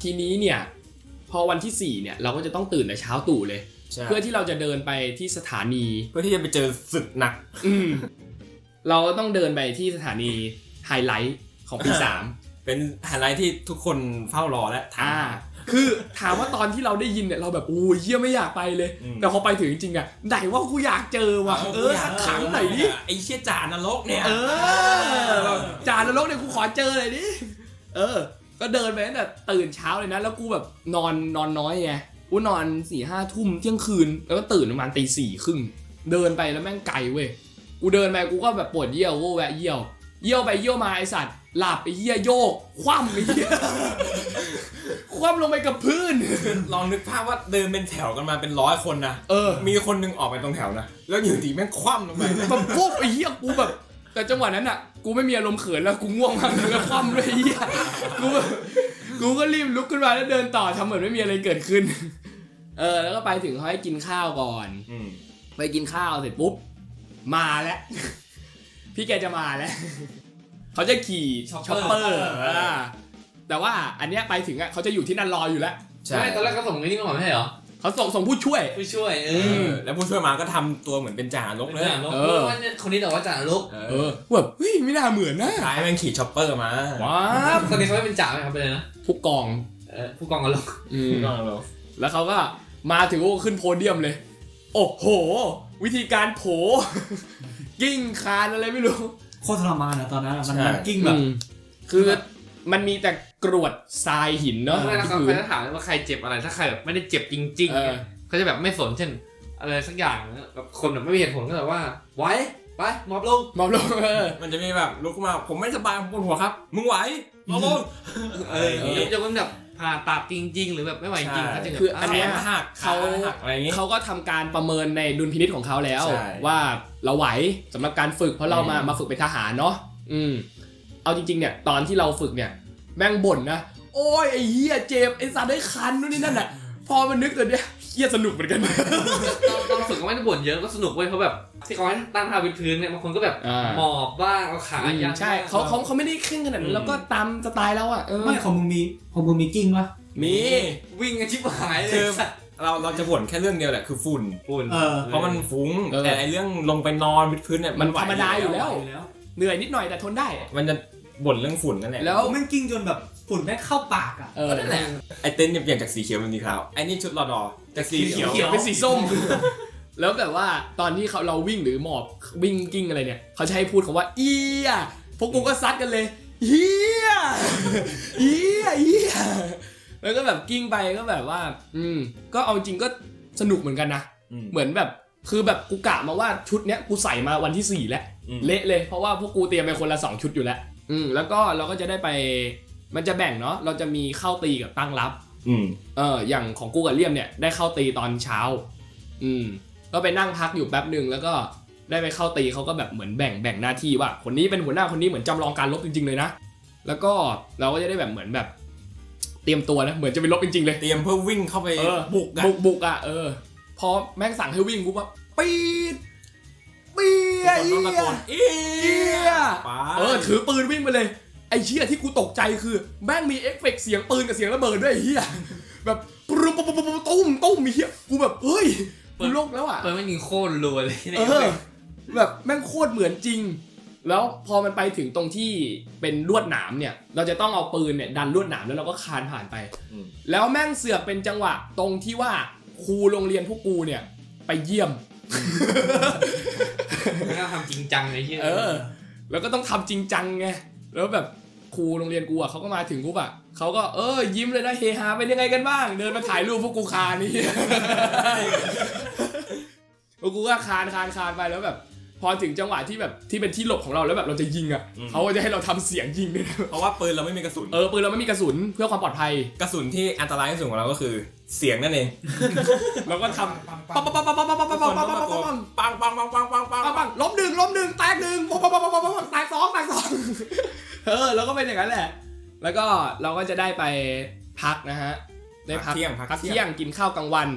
ทีนี้เนี่ย พอวันที่สี่เนี่ย เราก็จะต้องตื่นแต่เช้าตู่เลย ใช่ เพื่อที่เราจะเดินไปที่สถานี เพื่อที่จะไปเจอศึกหนัก อืม เราก็ต้องเดินไปที่สถานี ไฮไลท์ของปีสาม เป็นไฮไลท์ที่ทุกคนเฝ้ารอและถา อ่า ม คือถามว่าตอนที่เราได้ยินเนี่ยเราแบบโอ้ยเยี่ยไม่อยากไปเลย อืม แต่พอไปถึงจริงๆอะไหนว่ากูอยากเจอว่ะเออสักครั้งหน่อยดิ ไอ้เชี่ยจ่านรกเนี่ย เออจานนรกเนี่ยกูขอเจอเลยดิเออ ก็เดินไปตั้งแต่ตื่นเช้าเลยนะ แล้วกูแบบนอนนอนน้อยไงกูนอนสี่ห้าทุ่มเที่ยงคืนแล้วก็ตื่นประมาณตีสี่ครึ่งเดินไปแล้วแม่งไกลเว้ยกูเดินไปกูก็แบบปวดเยี่ยวกูแวะเยี่ยว เยี่ยวไปเยี่ยวมาไอสัตว์หลับไอเยี่ยโยก คว่ำไอเยี่ย คว่ำลงไปกับพื้น ลองนึกภาพว่าเดินเป็นแถวกันมาเป็นร้อยคนนะ เออ มีคนหนึงออกไปตรงแถวนะ แล้วอยู่ดีแม่งคว่ำลงไป แบบปุ๊บไอ้เหี้ยกูแบบ แต่จังหวะนั้นอ่ะ กูไม่มีอารมณ์เขินแล้วกูง่วงมากเลยแล้วคว่ำด้วยไอ้เหี้ยกูแบบกูก็รีบลุกขึ้นมาแล้วเดินต่อทำเหมือนไม่มีอะไรเกิดขึ้น เออ แล้วก็ไปถึงเขาให้กินข้าวก่อน อืม ไปกินข้าวเสร็จปุ๊บ มาแล้ว พี่แกจะมาแล้ว เขาจะขี่ช็อป ช็อป เป เป อ อร์ ร์อ่าแต่ว่าอันเนี้ยไปถึงอ่ะเขาจะอยู่ที่นั่นรออยู่แล้ว ใช่ ไม่ตอนแรกก็ส่งไอ้นี่มาก่อนไม่ใช่เหรอ เขาส่งส่งผู้ช่วย ผู้ช่วยเอ เอ อ อแล้วผู้ช่วยมาก็ทำตัวเหมือนเป็นจ่านรกเลย จ่าลบ เออ เพราะว่าเนี่ยคนนี้แต่ว่าจ่าลบ เออแบบเฮ้ยไม่น่าเหมือนนะ ท้ายแม่งขี่ช็อปเปอร์มา ว้าบ คนนี้เขาไม่เป็นจ่าไหมครับไปเลยนะ ผู้กอง เออผู้กองก็ลบ อืม ก็เลย แล้วเขาก็มาถึงก็ขึ้นโพเดียมเลย โอ้โห วิธีการโผ กิ้งคานอะไรไม่รู้ โคตรทรมานอะตอนนั้นอะมันมันกิ้งแบบ อืมคือมันมีแต่กรวดทรายหินเนาะ ไม่แล้ว ที่ เขา พื้น จะถามว่าใครเจ็บอะไรถ้าใครแบบไม่ได้เจ็บจริงๆ เอ เนี่ อย เขาจะแบบไม่สนเช่น อะไรสักอย่างแบบคนแบบไม่มีเหตุผลก็แบบว่าไหว้ไปมอบลง หมอบลง เออ มันจะมีแบบลุกขึ้นมาผมไม่สบายผมปวดหัวครับ มึงไหวมาลง เออจะเป็นแบบผ่าตัดจริง ๆ หรือแบบไม่ไหวจริงเขาจะแบบ คืออันเนี้ย แขหัก เขา ขหักอะไรอย่างงี้ เขาก็ทำการประเมินในดุลพินิษของเขาแล้ว ใช่ ว่าเราไหวสำหรับการฝึกเพราะเรามา อืม มาฝึกเป็นทหารเนาะอืม เอาจริงๆเนี่ย ตอนที่เราฝึกเนี่ย แม่งบ่นนะ โอ้ยไอ้เหี้ยเจ็บไอ้สัตว์ได้คันนู่นนี่นั่นแหละพอมันนึกตัวเนี้ยเหี้ยสนุกเหมือนกัน เราเราฝึกก็ไม่ได้บ่นเยอะก็สนุกเว้ยเพราะแบบที่เขาให้ตั้งท่าวิดพื้นเนี่ยบางคนก็แบบ อ่า หมอบบ้างเอาขายัน ใช่ บ้ง เขาเขาเขาไม่ได้เคร่งขนาด อื นั้น ม แล้วก็ตามสไตล์แล้วอ่ะเออ ไม่ของมึงมีของมึงมีกิ้งปะ มี วิ่งกันชิบหายเล คื ย อ เราเราจะบ่นแค่เรื่องเดียวแหละคือฝุ่น ปุ่น เออ เพราะมันฟุ้งแต่ไอเรื่องลงไปนอนวิดพื้นเนี่ย มัน ไห ธรรมดาอยู่แล้ว ไหแล้ว เหนื่อยนิดหน่อยแต่ทนได้ มันจะบ่นเรื่องฝุ่นนั่นแหละ แล้ว แม่งกิ้งจนแบบฝุ่นแม่งเข้าปากอ่ะ เออ นั่นแหละ ไอเต็นท์เนี่ยเปลี่ยนจากสีเขียวเป็นสีขาวไอนี่ชุดรอดอจากสีเขียว เขียวเป็นสีส้ม แล้วแบบว่าตอนที่เขาเราวิ่งหรือหมอบวิ่งกิ้งอะไรเนี่ย เขาจะใช้พูดคำว่าเอียพวกกูก็ซัดกันเลยเฮีย เอียเอียแล้วก็แบบกิ้งไปก็แบบว่า อืม ก็เอาจริงก็สนุกเหมือนกันนะ อืม เหมือนแบบคือแบบกูกะมาว่าชุดเนี้ยกูใส่มาวันที่สี่แล้ว อืม เละเลยเพราะว่าพวกกูเตรียมไปคนละสองชุดอยู่แล้ว อืมแล้วก็เราก็จะได้ไปมันจะแบ่งเนาะเราจะมีเข้าตีกับตั้งรับ อืม เอออย่างของกูกับเลี่ยมเนี่ยได้เข้าตีตอนเช้า อืม ก็ไปนั่งพักอยู่แป๊บหนึ่งแล้วก็ได้ไปเข้าตีเขาก็แบบเหมือนแบ่งแบ่งหน้าที่ว่า คนนี้เป็นหัวหน้าคนนี้เหมือนจำลองการลบจริงๆเลยนะ แล้วก็เราก็จะได้แบบเหมือนแบบ เตรียมตัวนะเหมือนจะไปลบจริงๆเลย เตรียมเพื่อวิ่งเข้าไป เออ บุกอะ บุกบุกอ่ะเออ พอแม่งสั่งให้วิ่งกูว่าปีดปีดไอ้เหี้ ตะ ย โกนเอี เหี้ ย ย ไป เออถือปืนวิ่งไปเลยไอ้เชี่ยที่กูตกใจคือแม่งมีเอฟเฟกต์เสียงปืนกับเสียงระเบิดด้วยไอ้เหี้ย แบบปุ๊บปุ๊บปุ๊บปุ๊บปุ๊บตุ้มตุ้มมีเหี้ยกูแบบเฮ้ยกูเปิด โลกแล้วอ่ะ เปิดไม่ยิงโคตรรัวเลยเนี่ย เออแบบแม่งโคตรเหมือนจริง แล้วพอมันไปถึงตรงที่เป็นลวดหนามเนี่ย เราจะต้องเอาปืนเนี่ยดันลวดหนามแล้วเราก็คานผ่านไป อืม แล้วแม่งเสือกเป็นจังหวะตรงที่ว่าครูโรงเรียนพวกกูเนี่ย ไปเยี่ยม ไม่น่าทำจริงจังเลยเหีย เออ แล้วก็ต้องทำจริงจังไง แล้วแบบครูโรงเรียนกูอ่ะเขาก็มาถึงกูอ่ะเขาก็เออยิ้มเลยนะเฮฮาเป็นยังไงกันบ้าง เดินมาถ่ายรูปพวกกูคานี่ พวกกูก็คานคานคานไปแล้วแบบ พอถึงจังหวะที่แบบที่เป็นที่หลบของเราแล้วแบบเราจะยิงอ่ะเขาก็จะให้เราทำเสียงยิงด้วยนะ เพราะว่าปืนเราไม่มีกระสุน เออปืนเราไม่มีกระสุนเพื่อความปลอดภัย กระสุนที่อันตรายที่สุดของเราก็คือเสียงนั่นเอง เราก็ทำ ปั ปัง ง ปังปังปังปังปังปังปังปังปังปังปังปัง ปังปังปังปังปังปัง ปังปังล้มหนึ่งล้มหนึ่งแตกหนึ่งปังปังปังปังปังปังแตกสองแตกสองเออแล้วก็เป็นอย่างนั้นแหละ แล้วก็เราก็จะได้ไปพักนะฮะได้พัก เที่ยงพั พั ก ก เที่ เที่ ยง ยงกินข้าวกลางวัน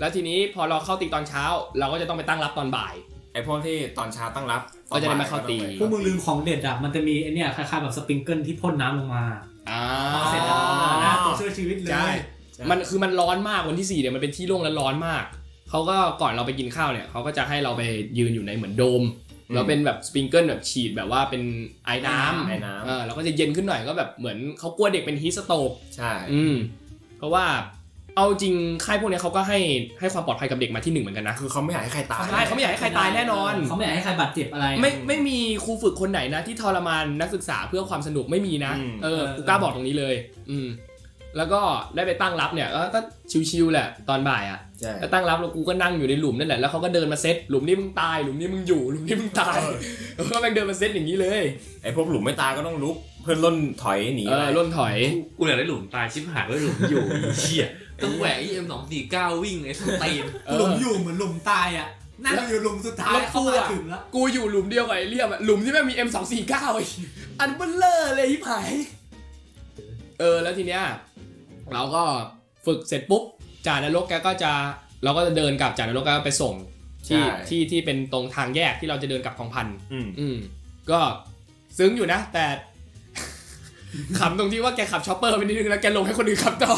แล้วทีนี้พอเราเข้าตีตอนเช้า เราก็จะต้องไปตั้งรับตอนบ่าย ไอพวกที่ตอนเช้าตั้งรับ ก็จะได้มาเข้าตี พวกมึงลืมของเด็ดอ่ะ มันจะมีไอเนี่ยคล้ายๆแบบสปริงเกิลที่พ่นน้ำลงมา อ่า เสร็จแล้วหน้าตัวช่วยชีวิตเลย ใช่มันคือมันร้อนมากวันที่สี่เนี่ยมันเป็นที่โล่งและร้อนมากเขาก็ก่อนเราไปกินข้าวเนี่ยเขาก็จะให้เราไปยืนอยู่ในเหมือนโดม อืม แล้วเป็นแบบสปริงเกิลแบบฉีดแบบว่าเป็นไอ้น้ำ ไอน้ำ เออแล้วก็จะเย็นขึ้นหน่อยก็แบบเหมือนเขากลัวเด็กเป็นฮีสโตก ใช่ อืมเพราะว่าเอาจริงค่ายพวกเนี้ยเขาก็ให้ให้ความปลอดภัยกับเด็กมาที่หนึ่งเหมือนกันนะ คือเขาไม่อยากให้ใครตาย ใช่เขาไม่อยากให้ใครตายแน่นอน เขาไม่อยากให้ใครบาดเจ็บอะไร ไม่ไม่มีครูฝึกคนไหนนะ ที่ทรมานนักศึกษาเพื่อความสนุกไม่มีนะ เออกูกล้าบอกตรงนี้เลย อืม แล้วก็ได้ไปตั้งรับเนี่ยก็ก็ชิวๆแหละตอนบ่ายอ่ะ ใช่ ก็ตั้งรับแล้วกูก็นั่งอยู่ในหลุมนั่นแหละแล้วเขาก็เดินมาเซตหลุมนี้มึงตายหลุมนี้มึงอยู่หลุมนี้มึงตายแล้วก็แม่งเดินมาเซตอย่างนี้เลย ไอพวกหลุมไม่ตายก็ต้องลุก เพื่อนล่นถอยหนี เออล่นถอย กูอยากได้หลุมตายชิบหายไว้หลุมอยู่ เชี่ยต้องแหวกเอ็มสองสี่เก้าวิ่งไอ้สตีน เออ หลุมอยู่เหมือนหลุมตายอ่ะนั่งอยู่หลุมสุดท้าย แล้วกลั เข้าว มาถึงแล้ว กูอยู่หลุมเดียวกับไอ้เลี่ยมอะหลุมที่แม่งมี M249 ไอ้อันเบลเลอร์เลยที่ผายเออแล้วทีเนี้ยเราก็ฝึกเสร็จปุ๊บจ่านรกแกก็จะเราก็จะเดินกลับจ่านรกแกก็ไปส่งที่ ใช่ ที่ที่เป็นตรงทางแยกที่เราจะเดินกลับของพัน อืม อืมก็ซึ้งอยู่นะแต่ ขำตรงที่ว่าแกขับชอปเปอร์ไปนิดนึงแล้วแกลงให้คนอื่นขับต่อ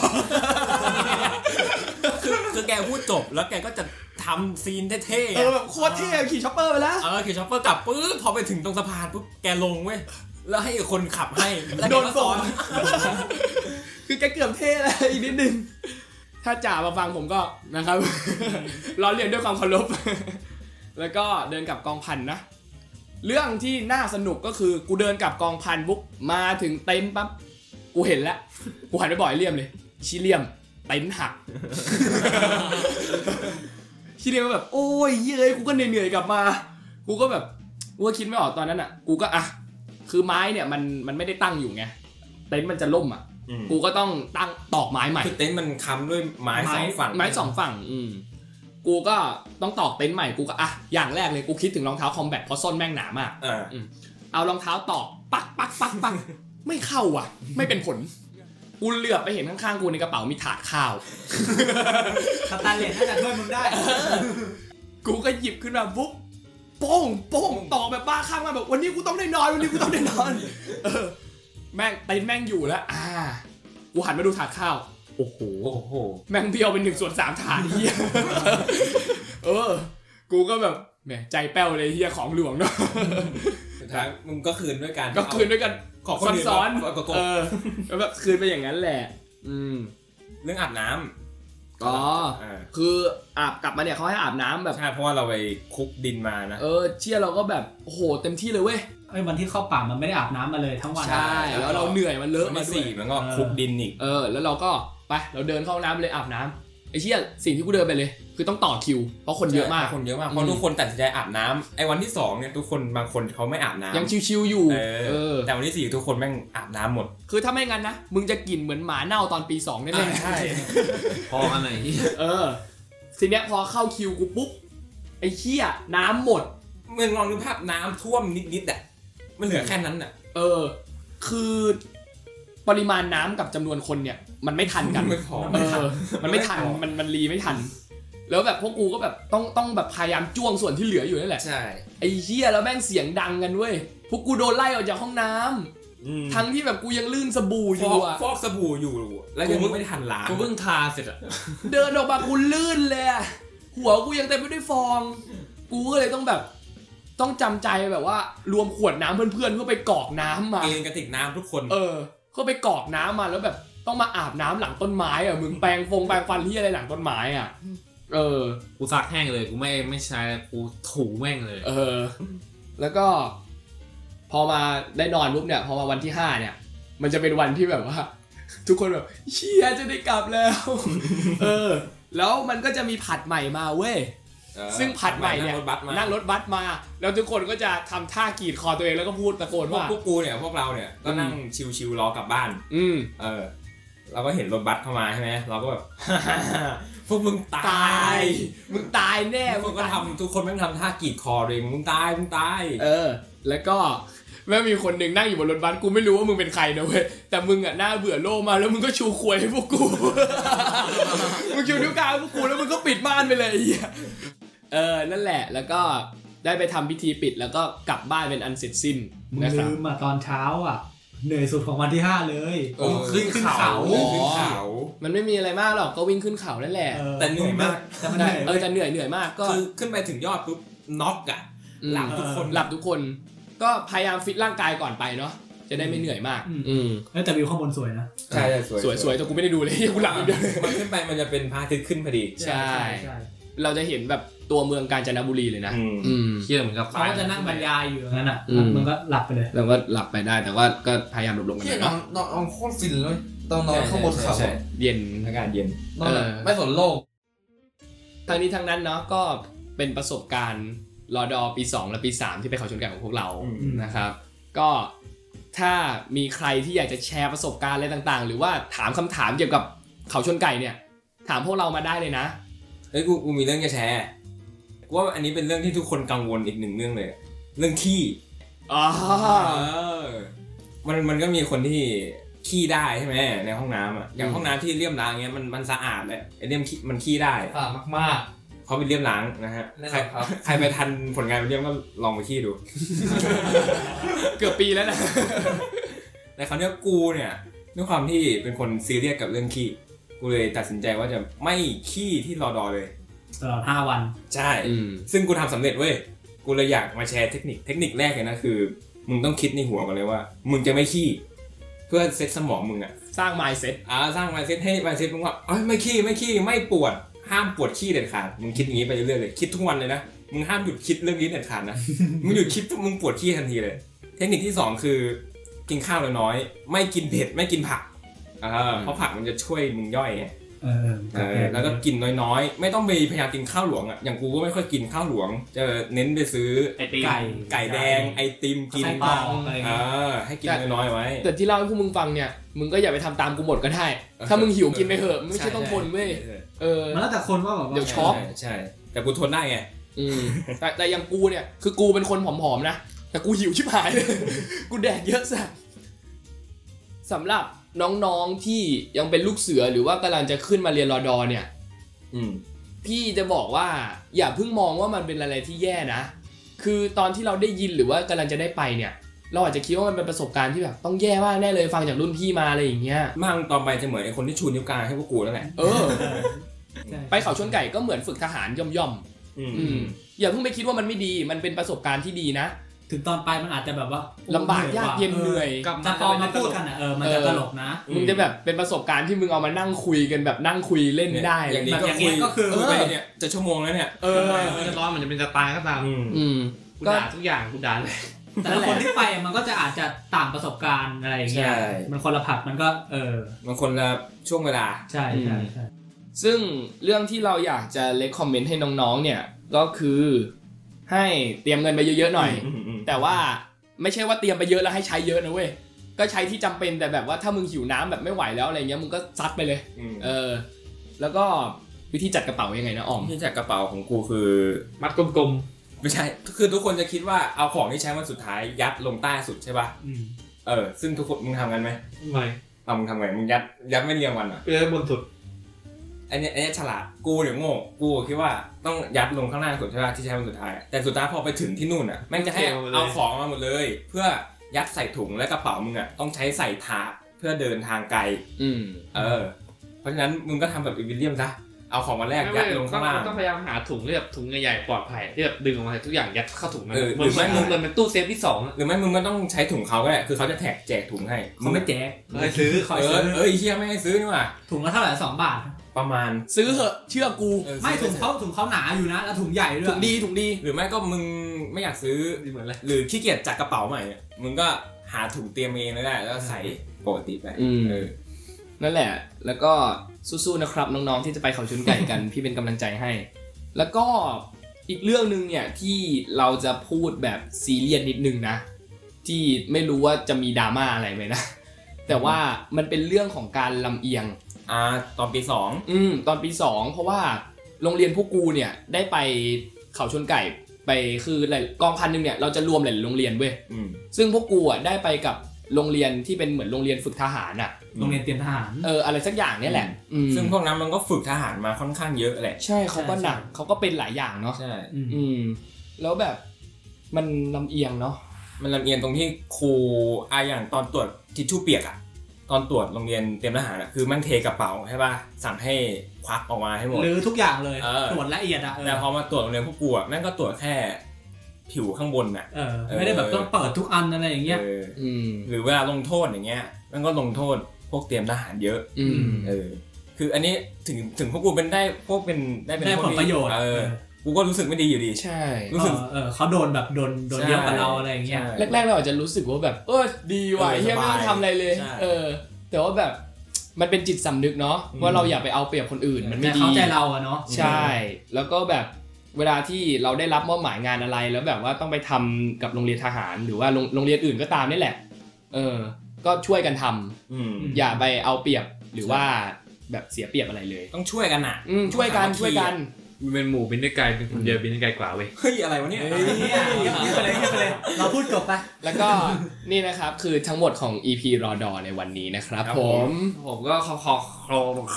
คือคือแกพูดจบแล้วแกก็จะทำซีนเท่ๆ เออแบบโคตรเท่อะขี่ชอปเปอร์ไปแล้ว เออขี่ช็อปเปอร์กลับปุ๊บพอไปถึงตรงสะพานปุ๊บแกลงเว้ยแล้วให้คนขับให้แล้วแก โดน ก็ สอน คือแกเกือบเท่แล้วอีกนิดนึง ถ้าจ่ามาฟังผมก็นะครับ รอเรียนด้วยความเคารพ แล้วก็เดินกลับกองพันนะ เรื่องที่น่าสนุกก็คือกูเดินกลับกองพันปุ๊บมาถึงเต็นท์ปั๊บกูเห็นแล้ว กูหันไปบอกไอ้เลี่ยมเลยชิเลี่ยมเต็นท์หัก ชิเลี่ยมก็แบบ โอ้ยเย้ยกูก็เหนื่อยๆกลับมา กูก็แบบกูก็คิดไม่ออกตอนนั้นอ่ะ กูก็อ่ะ คือไม้เนี่ยมันมันไม่ได้ตั้งอยู่ไงเต็นท์มันจะล่มอ่ะ อืม กูก็ต้องตั้งตอกไม้ใหม่ คือเต็นท์มันค้ำด้วยไม้สองฝั่ง ไม้สองฝั่ง อืม กูก็ต้องตอกเต็นท์ใหม่ กูก็อ่ะ อย่างแรกเลย กูคิดถึงรองเท้าคอมแบทเพราะส้นแม่งหนามาก อ่า เอารองเท้าตอกปักปักปัก ปักไม่เข้าอ่ะ ไม่เป็นผล กูเหลือบไปเห็นข้างๆ กูในกระเป๋ามีถาดข้าว คา ตาเลนน่าจะช่วยมึงได้ กูก็หยิบขึ้นมาปุ๊บโป้งโป้งตอกแบบบ้าข้างมาแบบวันนี้กูต้องได้นอนวันนี้กูต้องได้นอน เออ แม่งเต็นท์แม่งอยู่แล้ว อ่า กูหันมาดูถาดข้าว โอ้โห โอ้โห แม่งเบี้ยวเป็นหนึ่งส่วนสามฐานเฮีย เออ กูก็แบบแหมใจแป้วเลยเฮียของหลวงเนาะ สุดท้ายมึงก็คืนด้วยการ ก็คืนด้วยกัน ขอคนอื่น ซ้อน แบบกๆดเออแล้วแบบคืนไปอย่างนั้นแหละ อืม เรื่องอาบน้ำ อ๋อ อ่า คืออาบกลับมาเนี่ยเขาให้อาบน้ำแบบ ใช่เพราะว่าเราไปคลุกดินมานะ เออเชี่ยเราก็แบบโอ้โหเต็มที่เลยเว้ย ไอ้วันที่เข้าป่ามันไม่ได้อาบน้ำมาเลยทั้งวัน ใช่ แล้วเราเหนื่อยมันเลอะ มั มาน ด้วย สี่มันก็ เออ คลุกดินอีก เออ แล้วเราก็ไปเราเดินเข้าห้องน้ำเลยอาบน้ำไอ้เชี่ยสิ่งที่กูเดินไปเลย คือต้องต่อคิว เพราะคนเยอะมาก คนเยอะมาก อืม เพราะทุกคนตัดสินใจอาบน้ำไอ้วันที่สองเนี่ยทุกคนบางคนเขาไม่อาบน้ำ ยังชิวๆอยู่ เอ เอ อ อ แต่วันที่สี่ทุกคนแม่งอาบน้ำหมด คือถ้าไม่งั้นนะ มึงจะกลิ่นเหมือนหมาเน่าตอนปี2แน่ๆ พอกันหน่อย เออทีเนี้ยพอเข้าคิวกูปุ๊บ ไอ้เชี่ยน้ำหมด มึงลองดูภาพน้ำท่วมนิดๆอ่ะมันเหลือแค่นั้นอ่ะ เออ คือปริมาณน้ำกับจำนวนคนเนี่ย มัน ไม่ทันกัน ไม่พอ เออ มันไม่ทัน ไม่พอ มันมันรีไม่ทัน แล้วแบบพวกกูก็แบบต้องต้องแบบพยายามจ้วงส่วนที่เหลืออยู่นั่นแหละ ใช่ ไอ้เชี่ยแล้วแม่งเสียงดังกันเว้ย พวกกูโดนไล่ออกจากห้องน้ำ ทั้งที่แบบกูยังลื่นสบู่อ ฟอยู่ ก อะ ฟอกสบู่อยู่ แล้ว กู ยัง เพิ่ง ไม่ทันล้าง กูเพิ่งทาเสร็จอะ เดินออกมากูลื่นเลยอะหัวกูยังเต็มไปด้วยฟอง กูก็เลยต้องแบบ ต้องจำใจแบบว่า รวมขวดน้ำเพื่อนๆเพื่อไปกรอกน้ำมา กินกระติกน้ำทุกคน เออเพื่อไปกรอกน้ำมาแล้วแบบ ต้องมาอาบน้ำหลังต้นไม้อะมึงแปรงฟงแปรงฟันที่อะไรหลังต้นไม้อะเออ กูซักแห้งเลย กูไม่ไม่ใช้กูถูแม่งเลย เออ แล้วก็ พอมาได้นอนปุ๊บเนี่ย พอมาวันที่ห้าเนี่ย มันจะเป็นวันที่แบบว่า ทุกคนแบบเชียจะได้กลับแล้ว เออ แล้วมันก็จะมีผัดใหม่มาเว้ย เออ ซึ่งผัดใหม่เนี่ย งรถบัสมา นั่งรถบัสมา แล้วทุกคนก็จะทำท่ากรีดคอตัวเองแล้วก็พูดตะโกน พวก ว่า พวกกูเนี่ยพวกเราเนี่ยก็ อืม นั่งชิวๆรอกลับบ้าน อืม เออ เราก็เห็นรถบัสเข้ามาใช่ไหมเราก็แบบ พวกมึงต ต า าย ย มึงตายแน่ ทุกคนก็ทำทุกคนแม่งทำท่ากรีดคอตัวเองมึงตายมึงตาย เออ แล้วก็แม่งมีคนหนึ่งนั่งอยู่บนรถบัสกูไม่รู้ว่ามึงเป็นใครนะเว้ยแต่มึงอ่ะหน้าเบื่อโลกมากแล้วมึงก็ชูควยให้พวกกู มึงชูนิ้วกลางให้พวกกูแล้วมึงก็ปิดม่านไปเลยไอ้เหี้ยเออนั่นแหละ แล้วก็ได้ไปทำพิธีปิดแล้วก็กลับบ้านเป็นอันเสร็จสิ้น มึง นะครับ ลืมอ่ะตอนเช้าอ่ะ เหนื่อยสุดของวันที่ห้าเลย เออ ขึ้นเขา ขึ้นขึ้นเขา มันไม่มีอะไรมากหรอกก็วิ่งขึ้นเขานั่นแหละ เออ แต่เหนื่อยมาก แต่มันเห ได้ นื่อย เออจะเหนื่อยเหนื่อยมากก็ คือขึ้นไปถึงยอดปุ๊บน็อกอ่ะ อืม หลับทุกคน หลับทุกคน ก็พยายามฟิตร่างกายก่อนไปเนาะจะได้ไม่เหนื่อยมาก อืม อืม เอ้ยแต่วิวข้างบนสวยนะ ใช่ใช่สวย สวยสวยแต่กูไม่ได้ดูเลย กูหลับอย่างเดียวเลย มันขึ้นไปมันจะเป็นพระอาทิตย์ขึ้นพอดี ใช่ เราจะเห็นแบบตัวเมืองกาญจนบุรีเลยนะ อืม อืม เชี่ยเหมือนกับ เขาก็จะนั่งบรรยายอยู่อย่างนั้นอ่ะ อืม มันก็หลับไปเลย เราก็หลับไปได้แต่ว่าก็พยายามหลบหลบกัน เที่ย นะ นอนนอนนอนโคตรฟินเลยตอนนอนข้างบนเขา ใช่ใช่ เย็น ใช่อากาศเย็น นอนแบบ เออ ไม่สนโลก ทั้งนี้ทั้งนั้นเนาะก็เป็นประสบการณ์รอดอปี 2 และปี 3 ที่ไปเขาชนไก่ของพวกเรา อืม นะครับ ก็ถ้ามีใครที่อยากจะแชร์ประสบการณ์อะไรต่างๆ หรือว่าถามคำถามเกี่ยวกับเขาชนไก่เนี่ย ถามพวกเรามาได้เลยนะ เฮ้ยกูกูมีเรื่องจะแชร์กูว่าอันนี้เป็นเรื่องที่ทุกคนกังวลอีกหนึ่งเรื่องเลย เรื่องขี้ อ๋อ เออมันมันก็มีคนที่ขี้ได้ใช่ไหมในห้องน้ำอ่ะอย่าง อืม ห้องน้ำที่เลี่ยมล้างเงี้ยมันมันสะอาดเลยไอเลี่ยมขี้มันขี้ได้ อ่ามากมาก เขาไปเลี่ยมล้างนะฮะ แน่น ใคร อนครับ ใครไปทันผลงานไปเลี่ยมก็ลองไปขี้ดู เกือบปีแล้วนะ แต่คราวเนี้ยกูเนี่ยด้วยความที่เป็นคนซีเรียสกับเรื่องขี้กูเลยตัดสินใจว่าจะไม่ขี้ที่รอดอเลย ตลอดห้าวัน ใช่ อืม ซึ่งกูทำสำเร็จเว้ย กูเลยอยากมาแชร์เทคนิค เทคนิคแรกเลยนะคือ มึงต้องคิดในหัวก่อนเลยว่า มึงจะไม่ขี้ เพื่อเซ็ตสมองมึงอะ สร้าง mindset อ่าสร้างมาเซ็ตให้มาเซ็ตมึงว่าเอ้ยไม่ขี้ไม่ขี้ไม่ปวด ห้ามปวดขี้เด็ดขาด มึงคิดอย่างนี้ไปเรื่อยๆเลย คิดทุกวันเลยนะ มึงห้ามหยุดคิดเรื่องนี้เด็ดขาด นะ มึงหยุดคิดปุ๊บมึงปวดขี้ทันทีเลย เทคนิคที่สองคือ กินข้าวน้อยๆไม่กินเผ็ดไม่กินผักอ่าเพราะผักมันจะช่วยมึงย่อยไง เออ เออแล้วก็กินน้อยๆ ไม่ต้องไปพยายามกินข้าวหลวงอ่ะ อย่างกูก็ไม่ค่อยกินข้าวหลวง จะเน้นไปซื้อ ไอติม ไก่ไก่แดงไอติมกิน ใส่ปากอะไร เอ เงี้ย อให้กินน้อยๆไว้ แต่ที่เล่าให้พวกมึงฟังเนี่ย มึงก็อย่าไปทำตามกูหมดก็ได้ ถ้ามึงหิวกินไปเถอะไม่ใช่ต้องทนเว้ยเออ มันแล้วแต่คนว่าแบบว่า เดี๋ยวช็ ใช่ อก ใช่ แต่กูทนได้ไง อืมแต่แต่อย่างกูเนี่ย คือกูเป็นคนผอมๆนะ แต่กูหิวชิบหายเลย กูแดกเยอะสัสสำหรับน้องๆที่ยังเป็นลูกเสือหรือว่ากำลังจะขึ้นมาเรียนรอดอเนี่ย อืม พี่จะบอกว่าอย่าเพิ่งมองว่ามันเป็นอะไรที่แย่นะ คือตอนที่เราได้ยินหรือว่ากำลังจะได้ไปเนี่ย เราอาจจะคิดว่ามันเป็นประสบการณ์ที่แบบต้องแย่มากแน่เลยฟังจากรุ่นพี่มาอะไรอย่างเงี้ย มั่งต่อไปจะเหมือนไอคนที่ชูนิ้วกลางให้พวกกูนั่นแหละ เออ ใช่ ไปเขาชนไก่ก็เหมือนฝึกทหารย่อม อืม ๆอืมอย่าเพิ่งไปคิดว่ามันไม่ดี มันเป็นประสบการณ์ที่ดีนะ ถึงตอนไปมันอาจจะแบบว่า ลำบากยากเย็นเหนื่อย กลับมา แต่พอมาพูดกันอ่ะเออมันจะตลกนะ มึงจะแบบเป็นประสบการณ์ที่มึงเอามานั่งคุยกันแบบนั่งคุยเล่นได้ อย่างนี้ แบบ แบบอย่างเงี้ยก็ ก็ คื คือ อไปเนี่ยจะชั่วโมงแล้วเนี่ย เออ มันจะร้อนมันจะเป็นจะตายก็ตาม อืม อืม กูด่าทุกอย่างกูด่าเลย แต่ละคนที่ไปอะมันก็จะอาจจะต่างประสบการณ์อะไรอย่างเงี้ย ใช่ มันคนละผับมันก็เออ บางคนละช่วงเวลา ใช่ใช่ใช่ ซึ่งเรื่องที่เราอยากจะเล c คอมเมนต์ให้น้องๆ เนี่ย ก็คือให้เตรียมเงินไปเยอะๆหน่อย อืมอืม แต่ว่าไม่ใช่ว่าเตรียมไปเยอะแล้วให้ใช้เยอะนะเว้ย ก็ใช้ที่จำเป็นแต่แบบว่าถ้ามึงหิวน้ำแบบไม่ไหวแล้วอะไรเงี้ยมึงก็ซัดไปเลย อืม เออ แล้วก็วิธีจัดกระเป๋ายังไงนะออม ที่จากกระเป๋าของกูคือ มัดกลม ไม่ใช่ คือทุกคนจะคิดว่าเอาของที่ใช้วันสุดท้ายยัดลงใต้สุดใช่ป่ะ อืม เออ ซึ่งทุกคนมึงทำกันไหม ๆหน่อย เอามึงทำไง มึงยัดยัดไม่เรียงวันอ่ะ เพื่อบนสุด อันเนี้ยอันเนี้ยฉลาด กูเดี๋ยวโง่ กูคิดว่าต้องยัดลงข้างล่างสุดใช่ป่ะที่ใช้วันสุดท้าย แต่สุดท้ายพอไปถึงที่นู่นอ่ะ แม่งจะให้ เอาหมดเลย เอาของมาหมดเลย เพื่อยัดใส่ถุงและกระเป๋ามึงอ่ะต้องใช้ใส่ถาดเพื่อเดินทางไกล อืม เออ เพราะฉะนั้นมึงก็ทำแบบอีวิลเลียมซะ เอาของวันแรก ไม่ ยัด ไม่ ลง ต้อ ข้างล่าง ต้องพยายามหาถุงที่แบบถุงใหญ่ๆปลอดภัยที่แบบดึงออกมาทุกอย่างยัดเข้าถุงนั้น เออ เห ห มื รือ อน ไม่ เหมือนเหมือนเป็นตู้เซฟที่สองอะ หรือไม่มึงก็ต้องใช้ถุงเขาก็ได้ คือเขาจะแท็กแจกถุงให้ เขาไม่แจ๊ก เคยซื้อ เออเออไอ้เฮียไม่ให้ซื้อนี่หว่า ถุงละเท่าไหร่สองบาท ประมาณ ซื้อเหอะเชื่อกู ไม่ถุงเขาถุงเขาหนาอยู่นะ แล้วถุงใหญ่ด้วย ถุงดีถุงดี หรือไม่ก็มึงไม่อยากซื้อ เหมือนอะไร หรือขี้เกียจจัดกระเป๋าใหม่อะมึงก็หาถุงเตรียมเองก็ได้ แล้วใส่ปกติไป อืม เออ นั่นแหละ แล้วก็สู้ๆนะครับน้องๆที่จะไปเขาชนไก่กัน พี่เป็นกำลังใจให้ แล้วก็อีกเรื่องหนึ่งเนี่ยที่เราจะพูดแบบซีเรียสนิดนึงนะ ที่ไม่รู้ว่าจะมีดราม่าอะไรไหมนะ แต่ว่ามันเป็นเรื่องของการลำเอียง อ่าตอนปีสอง อืมตอนปีสองเพราะว่าโรงเรียนพวกกูเนี่ยได้ไปเขาชนไก่ไปคือหลายกองพันหนึ่งเนี่ยเราจะรวมหลายๆโรงเรียนเว้ย อืม ซึ่งพวกกูอ่ะได้ไปกับโรงเรียนที่เป็นเหมือนโรงเรียนฝึกทหารอ่ะ โรงเรียนเตรียมทหาร เอออะไรสักอย่างเนี่ยแหละอืม ซึ่งพวกนั้นมันก็ฝึกทหารมาค่อนข้างเยอะแหละ ใช่เขาก็หนักเขาก็เป็นหลายอย่างเนาะ ใช่ อืม อืม แล้วแบบมันลำเอียงเนาะ มันลำเอียงตรงที่ครูอาอย่างตอนตรวจทิชชู่เปียกอะตอนตรวจโรงเรียนเตรียมทหารอะคือแมันเทกระเป๋าใช่ป่ะ สั่งให้ควักออกมาให้หมด หรือทุกอย่างเลย เออ ตรวจละเอียดอ่ะเออ แต่พอมาตรวจโรงเรียนพวกกูอะแม่งก็ตรวจแค่ ผิวข้างบนน่ะ เออไม่ได้แบบต้องเปิดทุกอันอะไรอย่างเงี้ย เออ อืม หรือเวลาลงโทษอย่างเงี้ยมันก็ลงโทษพวกเตรียมทหารเยอะ อืม เออ คืออันนี้ถึงถึงพวกกูเป็นได้พวกเป็นได้เป็น ได้ พวก ผลประโยชน์ เออ เออ กูก็รู้สึกไม่ดีอยู่ดี ใช่ รู้สึก เออเออเขาโดนแบบโดนโดนเยอะกว่าเราอะไรอย่างเงี้ย ใช่ แรกๆเราอาจจะรู้สึกว่าแบบ เออดีว่ะ เออ เฮีย ส ไม่ต้บายองทำอะไรเลย ใช่ เออ แต่ว่าแบบมันเป็นจิตสำนึกเนาะ อืม ว่าเราอย่าไปเอาเปรียบคนอื่น มันไม่ แต่ ดี เข้าใจเราอะเนาะ ใช่ แล้วก็แบบเวลาที่เราได้รับมอบหมายงานอะไรแล้วแบบว่าต้องไปทำกับโรงเรียนทหารหรือว่าโรงโรงเรียนอื่นก็ตามนี่แหละ เออ ก็ช่วยกันทำ อืม อย่าไปเอาเปรียบหรือว่าแบบเสียเปรียบอะไรเลย ต้องช่วยกันอ่ะ อืมช่วยกันช่วยกัน มันเป็นหมู่บินได้ไกลเป็นคนเดียวบินได้ไกลกว่าเว้ย เฮ้ยอะไรวะเนี่ย เงียบไปเลยเงียบไปเลย เราพูดจบไป แล้วก็นี่นะครับคือทั้งหมดของ EP รอดอในวันนี้นะครับ ครับ ผ ผม ม ผมก็ขอขอข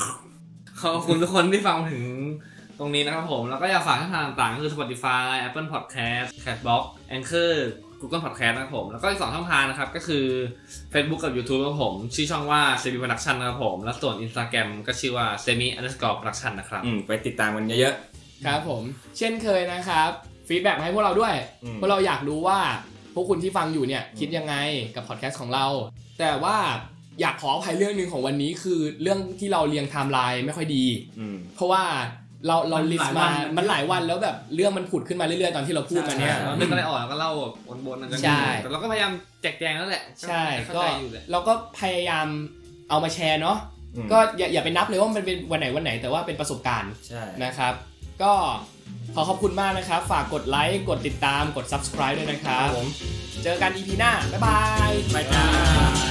อขอบคุณทุกคนที่ฟังถึงตรงนี้นะครับผม แล้วก็อยากฝากช่องทางต่างๆก็คือ Spotify Apple Podcast Catbox Anchor Google Podcast นะครับผม แล้วก็อีกสองช่องทางนะครับ ก็คือ Facebook กับ YouTube นะครับผม ชื่อช่องว่า Semi Production นะครับผม และส่วน Instagram ก็ชื่อว่า Semi Underscore Production นะครับ อืมไปติดตามกันเยอะ ครับผมเช่นเคยนะครับฟีดแบ็กให้พวกเราด้วย อืม พวกเราอยากรู้ว่าพวกคุณที่ฟังอยู่เนี่ย อืม คิดยังไงกับพอดแคสต์ของเรา แต่ว่าอยากขออภัยเรื่องหนึ่งของวันนี้คือเรื่องที่เราเรียงไทม์ไลน์ไม่ค่อยดี ๆอืม เพราะว่าเราเรา มัน ลิส หลาย ต์ วั มาน มันหลายวันแล้วแบบเรื่องมันผุดขึ้นมาเรื่อยๆตอนที่เราพูดมา เนี่ เนี่ย ย นึกอะไรออกแล้วก็เล่าแบบวนๆกัน ใช่ แต่เราก็พยายามแจกแจงแล้วแหละ ใช่ เข้า ก็ ใจอยู่แหละ เราก็พยายามเอามาแชร์เนาะ อืม ก็อย่าอย่าไปนับเลยว่ามันเป็นวันไหนวันไหนแต่ว่าเป็นประสบการณ์ ใช่ นะครับ ก็ขอขอบคุณมากนะครับ ฝากกดไลค์ กดติดตาม กด subscribe ด้วยนะครับ เจอกัน EP หน้า บ๊ายบาย ไปจ้า